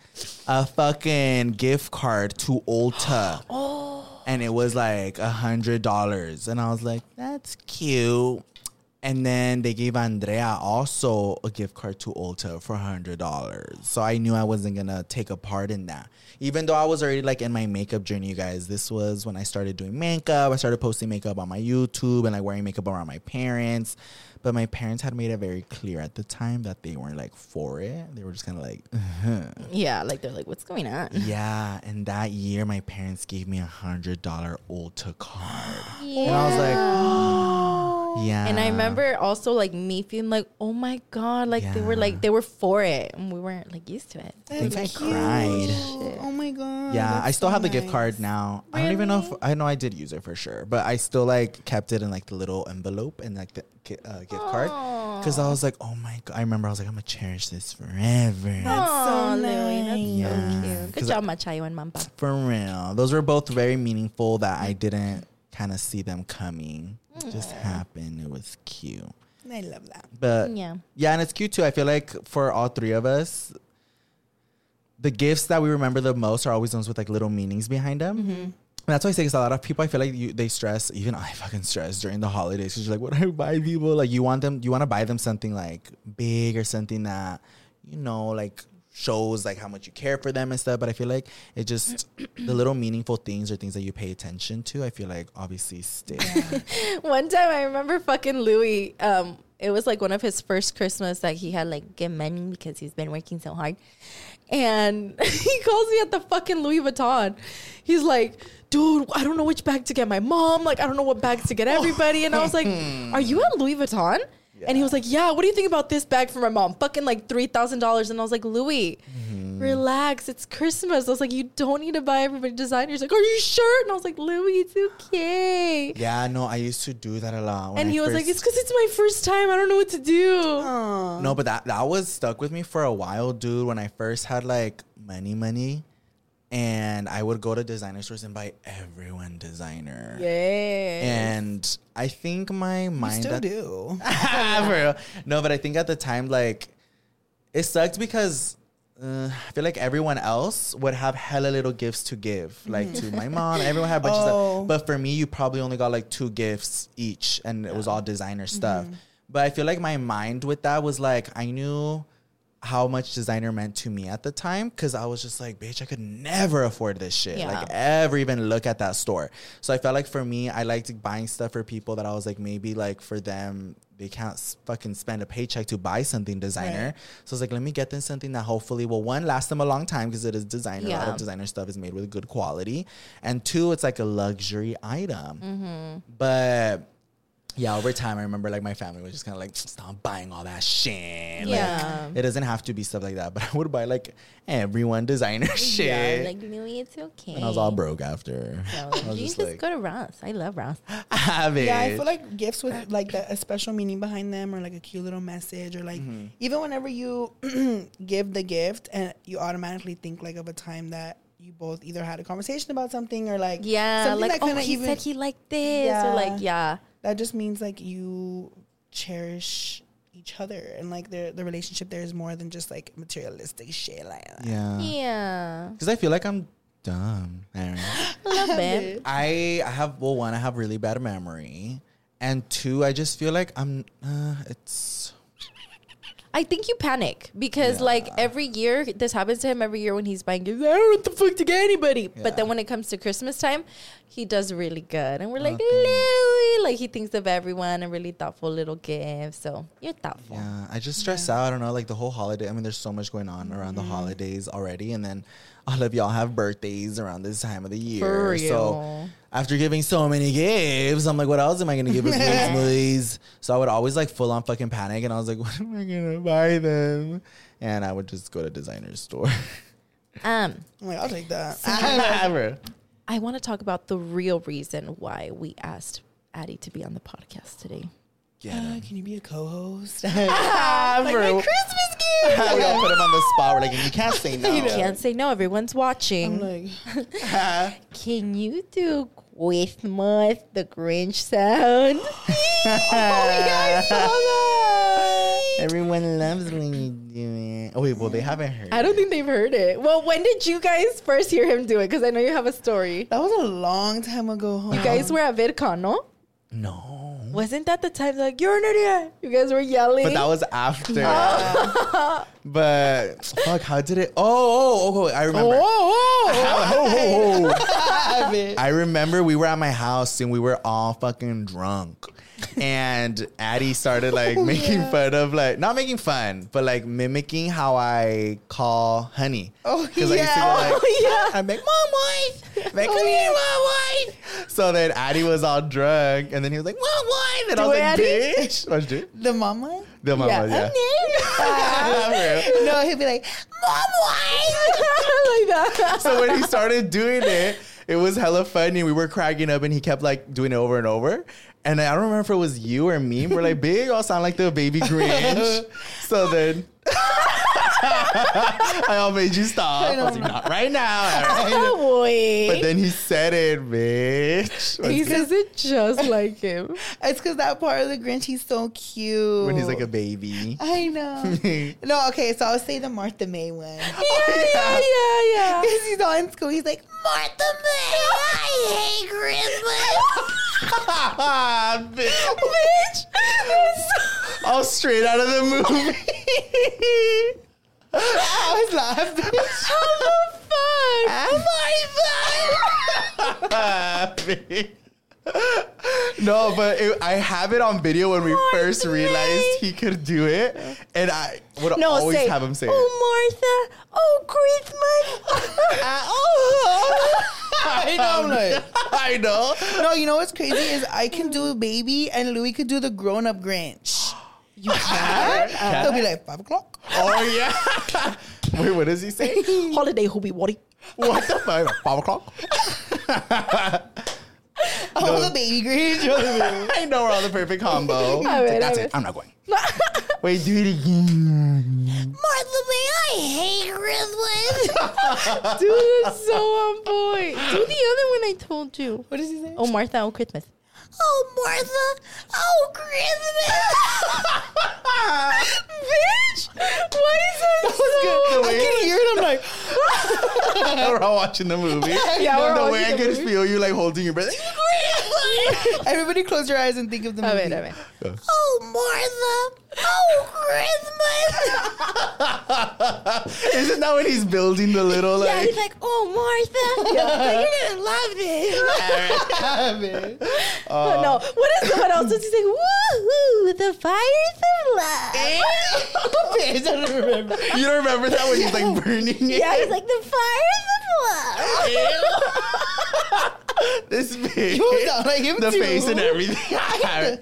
Speaker 1: a fucking gift card to Ulta. and it was like a hundred dollars, and I was like, that's cute. And then they gave Andrea also a gift card to Ulta for hundred dollars. So I knew I wasn't gonna take a part in that. Even though I was already like in my makeup journey, you guys. This was when I started doing makeup. I started posting makeup on my YouTube and like wearing makeup around my parents. But my parents had made it very clear at the time that they weren't like for it. They were just kind of like,
Speaker 2: Yeah, like they're like, what's going on?
Speaker 1: yeah, and that year my parents gave me a hundred dollar Ulta card, and I was like, yeah.
Speaker 2: And I remember also like me feeling like, oh my god, like they were like they were for it, and we weren't like used to it.
Speaker 1: I think I cried.
Speaker 3: Oh my god.
Speaker 1: Yeah, I
Speaker 3: that's
Speaker 1: still
Speaker 3: so
Speaker 1: have the gift
Speaker 3: nice.
Speaker 1: card now. I don't even know if I know I did use it for sure, but I still like kept it in like the little envelope and like the gi- uh, gift card because I was like, oh my god, I remember I was like, I'm gonna cherish this forever.
Speaker 2: Oh, Louis, that's
Speaker 1: Yeah.
Speaker 2: so cute. Good
Speaker 1: 'Cause
Speaker 2: job, Machayo and Mampa.
Speaker 1: For real. Those were both very meaningful that
Speaker 3: Mm.
Speaker 1: I didn't kind of see them coming. It just happened. It was cute.
Speaker 3: I love that.
Speaker 1: But
Speaker 2: Mm, Yeah.
Speaker 1: yeah, and it's cute too. I feel like for all three of us, the gifts that we remember the most are always ones with like little meanings behind them.
Speaker 2: Mm-hmm.
Speaker 1: And that's why I say 'cause a lot of people. I feel like you, they stress. Even I fucking stress during the holidays because you're like, what do I buy people? Like you want them, you want to buy them something like big or something that you know like shows like how much you care for them and stuff. But I feel like it just the little meaningful things or things that you pay attention to. I feel like obviously stick.
Speaker 2: One time I remember fucking Louis. Um, it was like one of his first Christmas that he had like good money because he's been working so hard. And he calls me at the fucking Louis Vuitton. He's like, dude, I don't know which bag to get my mom. Like, I don't know what bags to get everybody. And I was like, are you at Louis Vuitton? And he was like, yeah, what do you think about this bag for my mom? Fucking like $3,000. And I was like, Louis, relax. It's Christmas. I was like, you don't need to buy everybody designers. Like, are you sure? And I was like, Louis, it's okay.
Speaker 1: yeah, no, I used to do that a lot. when
Speaker 2: And
Speaker 1: I
Speaker 2: he was like,
Speaker 1: first-
Speaker 2: "It's because it's my first time. I don't know what to do."
Speaker 1: No, but that that was stuck with me for a while, dude. When I first had like money, money, and I would go to designer stores and buy everyone designer.
Speaker 2: Yeah.
Speaker 1: And I think my mind
Speaker 3: Still
Speaker 1: at-
Speaker 3: do.
Speaker 1: For real. No, but I think at the time, like, it sucked because uh, I feel like everyone else would have hella little gifts to give, like to my mom. Everyone had a bunch of stuff, but for me, you probably only got like two gifts each, and it was all designer stuff. But I feel like my mind with that was like I knew how much designer meant to me at the time because I was just like, bitch, I could never afford this shit.
Speaker 2: Yeah.
Speaker 1: Like ever even look at that store. So I felt like for me, I liked buying stuff for people that I was like, maybe like for them, they can't s- fucking spend a paycheck to buy something designer. So I was like, let me get them something that hopefully will one last them a long time because it is designer. A lot
Speaker 2: Yeah.
Speaker 1: of designer stuff is made with good quality, and two, it's like a luxury item.
Speaker 2: Mm-hmm.
Speaker 1: But yeah, over time, I remember like my family was just kind of like, stop buying all that shit. Like,
Speaker 2: Yeah.
Speaker 1: it doesn't have to be stuff like that, but I would buy like everyone designer shit.
Speaker 2: Yeah, like Louis, it's okay.
Speaker 1: and I was all broke after.
Speaker 2: So,
Speaker 1: I was
Speaker 2: you
Speaker 1: just
Speaker 2: just
Speaker 1: like,
Speaker 2: go to Ross. I love Ross.
Speaker 1: have it.
Speaker 3: Yeah, I feel like gifts with like that, a special meaning behind them, or like a cute little message, or like
Speaker 1: Mm-hmm.
Speaker 3: even whenever you give the gift, and you automatically think like of a time that you both either had a conversation about something, or like
Speaker 2: Yeah,
Speaker 3: something
Speaker 2: like
Speaker 3: that
Speaker 2: oh,
Speaker 3: kinda
Speaker 2: he said he liked this,
Speaker 3: Yeah.
Speaker 2: or like yeah,
Speaker 3: that just means like you cherish each other, and like the the relationship there is more than just like materialistic shit. Like that.
Speaker 1: yeah.
Speaker 2: yeah,
Speaker 1: Because I feel like I'm dumb. I don't know.
Speaker 2: love it.
Speaker 1: I I have well one I have really bad memory, and two I just feel like I'm uh, it's
Speaker 2: I think you panic because like every year this happens to him every year when he's buying gifts. I don't know what the fuck to get anybody. But then when it comes to Christmas time, he does really good, and we're like Louis, like he thinks of everyone and really thoughtful little gifts. So you're thoughtful.
Speaker 1: Yeah, I just stress out. I don't know, like the whole holiday. I mean, there's so much going on around the holidays already, and then all of y'all have birthdays around this time of the year.
Speaker 2: For
Speaker 1: So
Speaker 2: real.
Speaker 1: after giving so many gifts, I'm like, what else am I gonna give with these boys? So I would always like full on fucking panic, and I was like, what am I gonna buy them? And I would just go to designer store.
Speaker 2: Um,
Speaker 3: I'm like I'll take that.
Speaker 1: Ever.
Speaker 2: I want to talk about the real reason why we asked Addie to be on the podcast today.
Speaker 1: Get 'em.
Speaker 3: Can you be a co-host?
Speaker 1: Ever.
Speaker 2: Christmas gift.
Speaker 1: we all put him on the spot. We're like, you can't say no.
Speaker 2: Can't say no. Everyone's watching.
Speaker 3: like
Speaker 2: Can you do Christmas the Grinch sound? oh yeah, I saw that.
Speaker 1: Everyone loves when you do it. Oh, wait, well, they haven't heard.
Speaker 2: I don't think they've heard it. Well, when did you guys first hear him do it? Because I know you have a story.
Speaker 3: That was a long time ago. Huh?
Speaker 2: You guys were at VidCon, no?
Speaker 1: No.
Speaker 2: Wasn't that the time like you're an idiot? You guys were yelling.
Speaker 1: But that was after. but fuck, how did it? Oh, oh, oh, I remember. Oh, oh, oh. I remember we were at my house and we were all fucking drunk. And Addie started like making fun of like not making fun, but like mimicking how I call honey.
Speaker 3: Oh,
Speaker 1: I used to go
Speaker 3: yeah.
Speaker 1: like,
Speaker 2: yeah.
Speaker 1: I'm like, mom, wine. Like, come here, mom, wine. So then Addie was all drunk, and then he was like, mom, wine. And I
Speaker 2: Do
Speaker 1: was
Speaker 2: it,
Speaker 1: like,
Speaker 2: Addie?
Speaker 1: bitch. What'd you do?
Speaker 3: The mama?
Speaker 1: The mom
Speaker 2: Yeah.
Speaker 1: was, yeah.
Speaker 3: No, he'd be like, Mom, why?
Speaker 2: like that.
Speaker 1: so when he started doing it, it was hella funny. We were cracking up, and he kept like doing it over and over. And I don't remember if it was you or me. We're like, big, all sound like the baby Grinch. so then. I all made you stop. I was like, not right now. all right.
Speaker 2: Oh,
Speaker 1: But
Speaker 2: boy.
Speaker 1: then he said it, bitch. Let's
Speaker 2: He
Speaker 1: go.
Speaker 2: says it just like him.
Speaker 3: It's because that part of the Grinch, he's so cute.
Speaker 1: when he's like a baby.
Speaker 3: I know. no, okay, so I'll say the Martha May one.
Speaker 2: Yeah, yeah, yeah, yeah.
Speaker 3: Because he's all in school. He's like, Martha May, I hate Christmas.
Speaker 1: bitch. all straight out of the movie.
Speaker 3: I was laughing.
Speaker 2: Fun.
Speaker 1: no, but it, I have it on video when we first realized he could do it, and I would
Speaker 2: No,
Speaker 1: always
Speaker 2: say,
Speaker 1: have him say it.
Speaker 2: Oh, Martha. Oh, Christmas. Oh.
Speaker 3: I know. I'm like,
Speaker 1: I know.
Speaker 3: no, you know what's crazy is I can do a baby and Louis could do the grown up Grinch. You can? He'll be like, five o'clock.
Speaker 1: Oh yeah. Wait, what does he say?
Speaker 2: Holiday Hobie Waddy.
Speaker 1: What the fuck? Five o'clock.
Speaker 3: Oh, the baby Grinch.
Speaker 1: I know we're on the perfect combo.
Speaker 2: ver,
Speaker 1: That's
Speaker 2: a
Speaker 1: it.
Speaker 2: ver.
Speaker 1: I'm not going. Wait, do it again.
Speaker 3: Martha May, I hate Christmas.
Speaker 2: Dude, it's so on point. Do the other one I told you.
Speaker 3: What does he say?
Speaker 2: Oh, Martha. Oh, Christmas.
Speaker 3: Oh, Martha. Oh, Christmas. Bitch. What is that? That was
Speaker 1: good. The
Speaker 3: I
Speaker 1: way-
Speaker 3: can hear it. I'm like,
Speaker 1: we're all watching the movie.
Speaker 2: Yeah, we're
Speaker 1: the
Speaker 2: all
Speaker 1: way I
Speaker 2: watching the
Speaker 1: could
Speaker 2: movie.
Speaker 1: feel you like holding your breath.
Speaker 3: everybody close your eyes and think of the
Speaker 2: A
Speaker 3: movie.
Speaker 2: ver, a ver.
Speaker 3: Oh, Martha. Oh, Christmas.
Speaker 1: Isn't that when he's building the little like?
Speaker 2: like, oh, Martha.
Speaker 3: You're going to love this.
Speaker 1: Uh.
Speaker 2: Oh, no. What is someone else? He's like, woohoo, the fires of love.
Speaker 3: I don't remember.
Speaker 1: You don't remember that when he's like burning it?
Speaker 2: Yeah, he's like, the fires of love.
Speaker 1: This bitch.
Speaker 3: You sound like him
Speaker 1: the
Speaker 3: too.
Speaker 1: face and everything.
Speaker 2: Come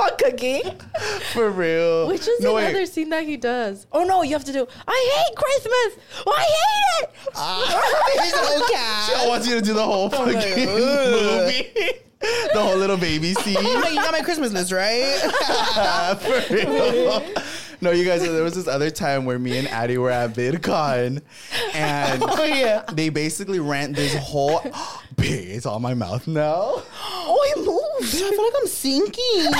Speaker 2: on, cooking.
Speaker 1: For real.
Speaker 2: Which is
Speaker 1: no, wait.
Speaker 2: another scene that he does. Oh, no, you have to do, I hate Christmas. Oh, I hate it.
Speaker 3: It's okay.
Speaker 1: She all wants you to do the whole fucking movie. The whole little baby scene.
Speaker 3: Hey, you got my Christmas list, right?
Speaker 1: For real. No, you guys, there was this other time where me and Addie were at VidCon and
Speaker 3: Oh,
Speaker 1: they basically ran this whole. Babe, it's on my mouth now.
Speaker 3: Oh, it moved. I feel like I'm sinking.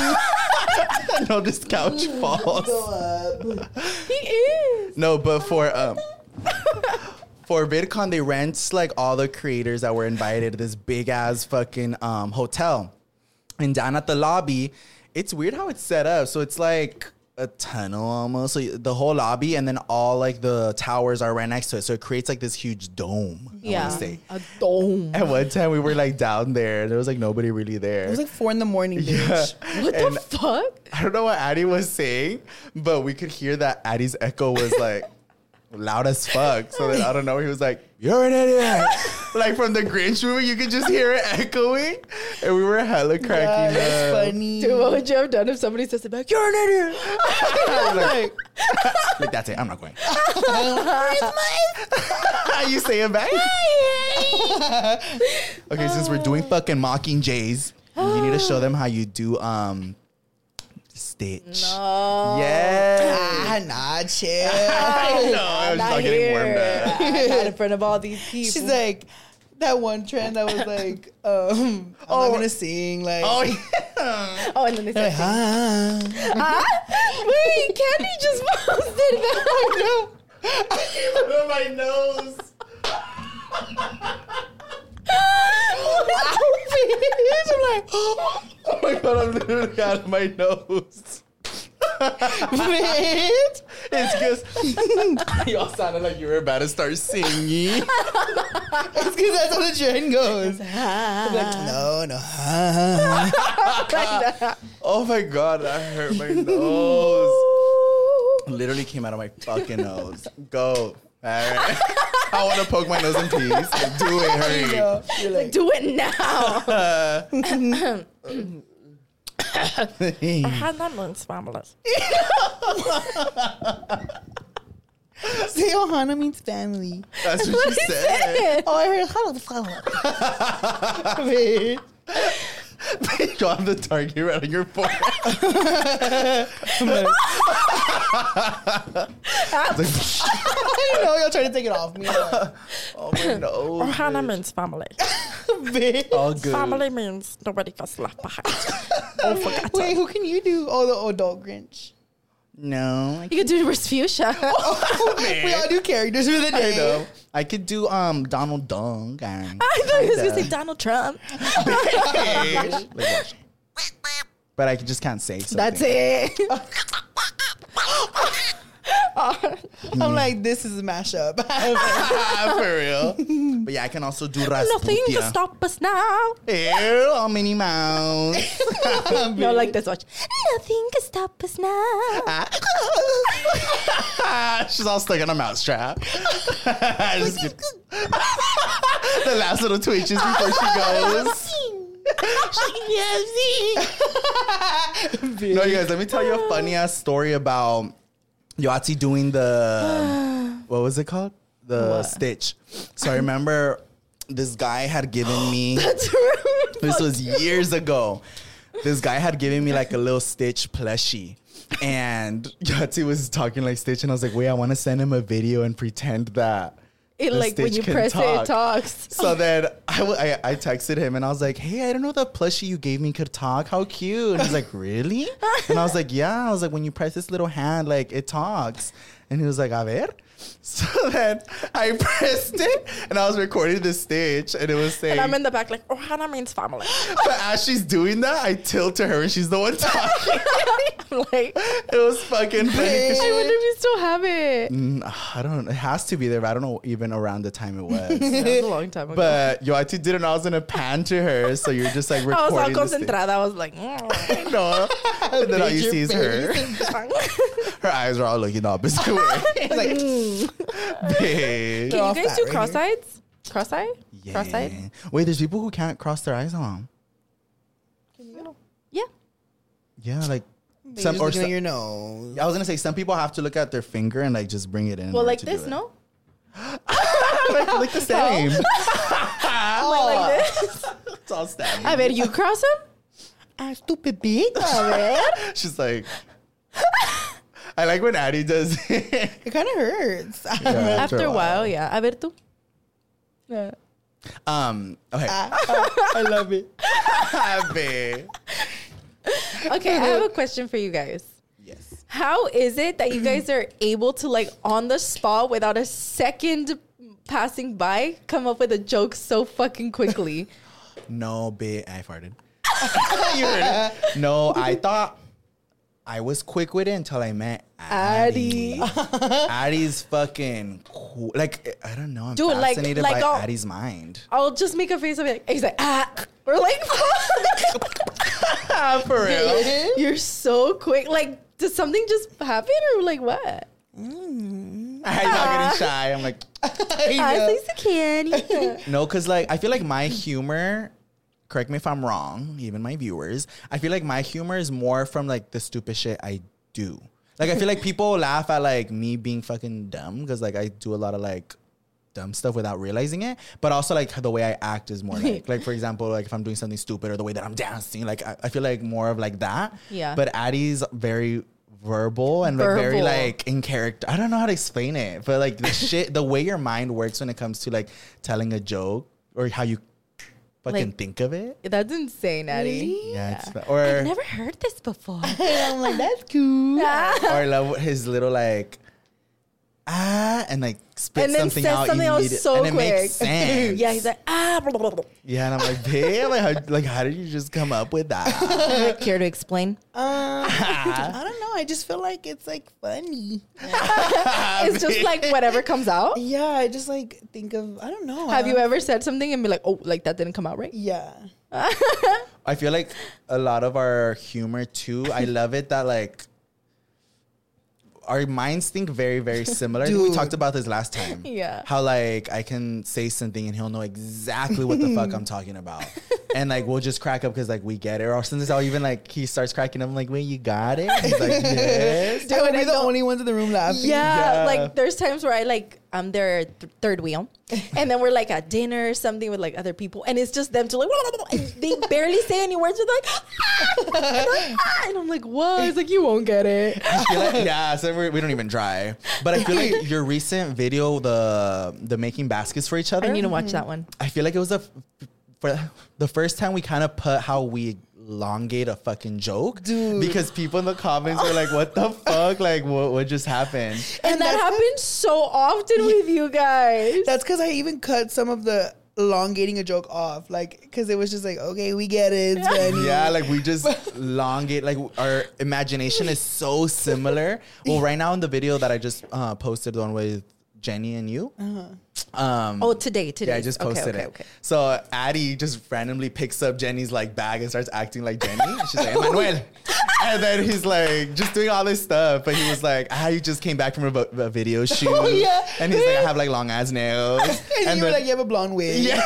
Speaker 1: no, this couch
Speaker 3: Oh
Speaker 1: falls.
Speaker 2: He is.
Speaker 1: No, but for um for VidCon they rent like all the creators that were invited to this big ass fucking um hotel. And down at the lobby, it's weird how it's set up. So it's like a tunnel almost. So the whole lobby and then all like the towers are right next to it. So it creates like this huge dome. I
Speaker 2: Yeah.
Speaker 1: wanna say.
Speaker 2: A dome.
Speaker 1: At one time we were like down there. There was like nobody really there.
Speaker 3: It was like four in the morning, bitch.
Speaker 2: What the fuck?
Speaker 1: I don't know what Addie was saying, but we could hear that Addie's echo was like loud as fuck. So then I don't know, he was like, You're an idiot. like from the Grinch movie, you could just hear it echoing. And we were hella cracking
Speaker 3: That's
Speaker 1: up.
Speaker 3: funny.
Speaker 2: Dude, what would you have done if somebody says it back? You're an idiot.
Speaker 1: like, like, that's it, I'm not going. you say it back? okay, since we're doing fucking mocking Jays, you need to show them how you do um stitch. No. Yeah.
Speaker 3: Ah, nah, chill.
Speaker 1: I know. I was just all getting warmed up.
Speaker 2: Not in front of all these people.
Speaker 3: She's like, that one trend that was like, um, I'm not gonna sing. Like,
Speaker 1: Oh, yeah.
Speaker 2: Oh, and then they said,
Speaker 3: Ah.
Speaker 2: huh? Wait, Candy just posted that.
Speaker 1: my nose.
Speaker 3: I'm like,
Speaker 1: Oh my god, I'm literally out of my nose.
Speaker 3: bitch.
Speaker 1: It's because y'all sounded like you were about to start singing.
Speaker 3: It's because that's how the trend goes. I'm like, no, no. ah.
Speaker 1: Oh my god, I hurt my nose. Literally came out of my fucking nose. Go. Alright. I wanna poke my nose in peace. Do it, hurry.
Speaker 3: You're like,
Speaker 2: Do it now. Had lemons, marmalade.
Speaker 3: say Ohana means family.
Speaker 1: That's what she said.
Speaker 3: Oh, I heard hello, hello.
Speaker 1: Bitch. Bitch, on the target right on your forehead. It's like,
Speaker 3: I know y'all trying to take it off me. Like,
Speaker 1: oh my nose.
Speaker 4: Hannah means family.
Speaker 3: bitch.
Speaker 1: All good.
Speaker 4: Family means nobody gets left behind.
Speaker 1: Oh,
Speaker 3: Wait, who can you do? Oh, the adult Grinch.
Speaker 1: No, I
Speaker 2: You could do reverse fuchsia.
Speaker 3: we all do characters for the day.
Speaker 1: Oh, I know. I could do um Donald Dong. and-
Speaker 2: I thought you was gonna say Donald Trump.
Speaker 1: Like, watch. but I just can't say something.
Speaker 2: That's it.
Speaker 3: I'm like, this is a mashup.
Speaker 1: For real. But yeah, I can also do
Speaker 2: Nothing
Speaker 1: Rasputia.
Speaker 2: can stop us now.
Speaker 1: Ew, oh, Minnie Mouse.
Speaker 2: No, like this. Watch. Nothing can stop us now.
Speaker 1: She's all stuck in a mousetrap. Just kidding. the last little twitches before she goes. no, you guys, let me tell you a funny ass story about Yahtzee doing the what was it called? The stitch. So I remember this guy had given me this was years ago. This guy had given me like a little Stitch plushie. And Yahtzee was talking like Stitch, and I was like, wait, I want to send him a video and pretend that.
Speaker 2: It
Speaker 1: the
Speaker 2: like when
Speaker 1: Stitch
Speaker 2: you
Speaker 1: can
Speaker 2: press it,
Speaker 1: talk."
Speaker 2: it talks.
Speaker 1: So then I, w- I, I texted him and I was like, hey, I don't know the plushie you gave me could talk. How cute. And he's like, really? And I was like, yeah. I was like, when you press this little hand, like it talks. And he was like, a ver. So then I pressed it and I was recording the Stitch and it was saying,
Speaker 4: and I'm in the back like, oh, Hannah means family.
Speaker 1: but as she's doing that, I tilt to her and she's the one talking.
Speaker 4: I'm like,
Speaker 1: it was fucking funny. 'cause
Speaker 2: I wonder if you still have it.
Speaker 1: she- I don't know. It has to be there, but I don't know even around the time it was.
Speaker 2: That was a long time ago.
Speaker 1: but yo, I did it and I was in a pan to her. So you're just like
Speaker 4: I was all
Speaker 1: recording. this thing.
Speaker 4: concentrada. I was like, mm.
Speaker 1: No. And then all you see is her. Her eyes are all looking the opposite way.
Speaker 3: like,
Speaker 1: Babe.
Speaker 2: Can
Speaker 3: off
Speaker 2: you guys
Speaker 3: that
Speaker 2: do
Speaker 3: right
Speaker 2: cross eyes? Cross eye? Cross eyed?
Speaker 1: Yeah. Wait, there's people who can't cross their eyes on.
Speaker 2: Yeah.
Speaker 1: Yeah, like
Speaker 3: some
Speaker 1: some or some,
Speaker 3: your nose.
Speaker 1: I was gonna say some people have to look at their finger and like just bring it in.
Speaker 2: Well,
Speaker 1: order
Speaker 2: like
Speaker 1: to do
Speaker 2: this,
Speaker 1: it.
Speaker 2: no?
Speaker 1: like, like the same. Oh.
Speaker 2: Like this?
Speaker 1: it's all stem.
Speaker 2: I bet you cross him.
Speaker 3: Ah, stupid bitch.
Speaker 1: She's like, I like when Addie does it.
Speaker 3: It kind of hurts.
Speaker 2: After a while, yeah. A ver tú. Yeah.
Speaker 1: Um, okay.
Speaker 2: Ah,
Speaker 1: Ah,
Speaker 3: I love it.
Speaker 1: Happy.
Speaker 2: Okay, I have a question for you guys.
Speaker 1: Yes.
Speaker 2: How is it that you guys are able to like on the spot without a second passing by come up with a joke so fucking quickly?
Speaker 1: No, babe. I farted. you heard it. No, I thought I was quick with it until I met Addie. Addie's fucking cool. Like, I don't know. I'm
Speaker 2: Dude, like-
Speaker 1: fascinated
Speaker 2: like
Speaker 1: by
Speaker 2: all-
Speaker 1: Addie's mind.
Speaker 2: I'll just make a face of it. He's like, ah, we're like,
Speaker 1: for real.
Speaker 2: you're so quick. Like, does something just happen or like what?
Speaker 1: I'm not getting shy. I'm like,
Speaker 2: I think it's a candy.
Speaker 1: No, because like I feel like my humor. Correct me if I'm wrong, even my viewers. I feel like my humor is more from like the stupid shit I do. Like I feel like people laugh at like me being fucking dumb because like I do a lot of like dumb stuff without realizing it. But also like the way I act is more like like for example like if I'm doing something stupid or the way that I'm dancing like I, I feel like more of like that.
Speaker 2: Yeah.
Speaker 1: But Addie's very verbal and like very
Speaker 2: Verbal.
Speaker 1: like like, in character. I don't know how to explain it, but like the shit, the way your mind works when it comes to like telling a joke or how you fucking
Speaker 2: Like-
Speaker 1: think of it.
Speaker 2: That's insane, Addie.
Speaker 1: Yeah, it's,
Speaker 2: I've
Speaker 1: or
Speaker 2: never heard this before.
Speaker 1: I'm like that's cool. or love his little like ah and like spit
Speaker 2: And then
Speaker 1: something
Speaker 2: says
Speaker 1: out
Speaker 2: something else
Speaker 1: immediate-
Speaker 2: so
Speaker 1: and it
Speaker 2: quick.
Speaker 1: makes sense.
Speaker 2: yeah, he's like, ah, blah, blah, blah.
Speaker 1: yeah, and I'm like, babe, like how, like how did you just come up with that?
Speaker 2: care to explain?
Speaker 3: I don't know. I just feel like it's like funny.
Speaker 2: it's just like whatever comes out.
Speaker 3: Yeah, I just like think of I don't know.
Speaker 2: Have you ever said something and be like, oh, like that didn't come out right?
Speaker 3: Yeah.
Speaker 1: I feel like a lot of our humor too. I love it that like our minds think very very similar. I think we
Speaker 3: Dude.
Speaker 1: talked about this last time.
Speaker 2: Yeah.
Speaker 1: How like I can say something and he'll know exactly what the fuck I'm talking about. And like we'll just crack up because like we get it. Or sometimes I'll even like he starts cracking up. I'm like, wait, you got it? He's like, yes.
Speaker 3: I would be the only ones in the room laughing.
Speaker 2: Yeah,
Speaker 1: Yeah.
Speaker 2: like there's times where I like I'm their th- third wheel, and then we're like at dinner or something with like other people, and it's just them to like and they barely say any words. They're like, "Ah!" and, I'm like, "Ah!" and I'm like, what? It's like you won't get it.
Speaker 1: I feel like- yeah, so we're, we don't even try. But I feel like your recent video, the the making baskets for each other.
Speaker 2: I need to watch that one.
Speaker 1: I feel like it was the f- for the first time we kind of put how we elongate a fucking joke, dude. Because people in the comments were like, "What the fuck? Like, what what just happened?"
Speaker 2: And, that
Speaker 3: that's-
Speaker 2: happens so often with you guys.
Speaker 3: That's because I even cut some of the elongating a joke off, like because it was just like, okay, we get it, it's funny.
Speaker 1: Yeah, like we just elongate. Like our imagination is so similar. Well, right now in the video that I just uh, posted, the one with Jenny and you. Um,
Speaker 2: Oh, today, today.
Speaker 1: Yeah, I just
Speaker 2: Okay,
Speaker 1: posted
Speaker 2: okay,
Speaker 1: it.
Speaker 2: okay.
Speaker 1: So Addie just randomly picks up Jenny's like bag and starts acting like Jenny. She's like, Emmanuel. and then he's like, just doing all this stuff. But he was like, ah, you just came back from a, vo- a video shoot.
Speaker 3: yeah.
Speaker 1: And he's like, I have like long ass nails.
Speaker 3: And, you were
Speaker 1: then-
Speaker 3: like, you have a blonde wig.
Speaker 1: yeah.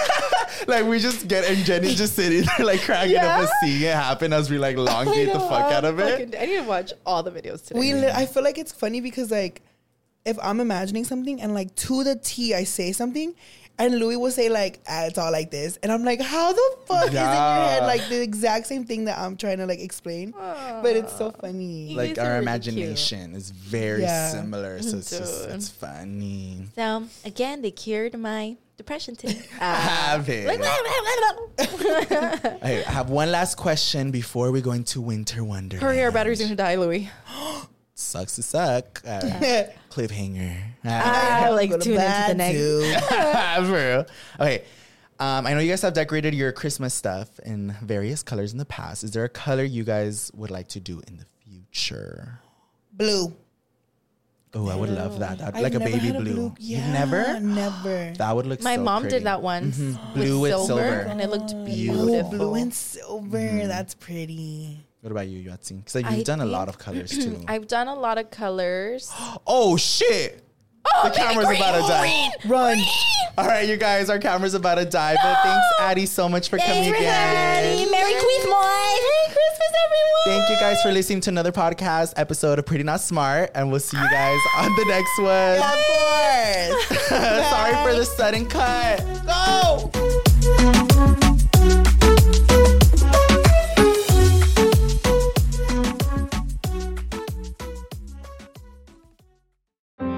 Speaker 1: like we just get and Jenny's just sitting there like cracking up and seeing it happen as we like elongate the fuck out of it.
Speaker 2: I need to watch all the videos today.
Speaker 3: We, li- I feel like it's funny because like, if I'm imagining something and like to the T, I say something, and Louis will say like, ah, it's all like this, and I'm like, how the fuck is in your head
Speaker 1: Yeah.
Speaker 3: like the exact same thing that I'm trying to like explain? But it's so funny.
Speaker 1: Like
Speaker 2: guys are
Speaker 1: our
Speaker 2: really
Speaker 1: imagination is very
Speaker 3: Yeah.
Speaker 1: similar. So it's just it's funny.
Speaker 2: so again, they cured my depression today.
Speaker 1: Have it. I have one last question before we go into Winter Wonder.
Speaker 2: Hurry, our battery's gonna die, Louis.
Speaker 1: Sucks to suck. All right. Cliffhanger.
Speaker 2: I like
Speaker 3: Go to
Speaker 2: tune into the
Speaker 3: bed,
Speaker 2: next.
Speaker 3: too.
Speaker 1: For real. Okay. Um, I know you guys have decorated your Christmas stuff in various colors in the past. Is there a color you guys would like to do in the future?
Speaker 3: Blue.
Speaker 1: Oh, I would love that. That'd be
Speaker 3: I've
Speaker 1: like a
Speaker 3: never
Speaker 1: baby
Speaker 3: had
Speaker 1: blue.
Speaker 3: Yeah,
Speaker 1: You've never?
Speaker 3: Never.
Speaker 1: That would look
Speaker 2: My
Speaker 1: so
Speaker 2: mom
Speaker 1: pretty. Mm-hmm.
Speaker 2: did that once
Speaker 1: Blue with silver.
Speaker 2: and it looked
Speaker 1: Beautiful. Mm.
Speaker 2: beautiful.
Speaker 3: Blue and silver. That's pretty.
Speaker 1: What about you, Yatsin? Because like,
Speaker 2: I
Speaker 1: you've done a lot
Speaker 2: think-
Speaker 1: of colors too.
Speaker 2: I've done a lot of colors.
Speaker 1: oh, shit. the camera's about to die. Run. All right, you guys, our camera's about to die. But thanks, Addie, so much for coming again.
Speaker 2: Merry Christmas! Merry Christmas, everyone!
Speaker 1: Thank you guys for listening to another podcast episode of Pretty Not Smart, and we'll see you guys on the next one.
Speaker 3: Of course.
Speaker 1: Sorry for the sudden cut. Go!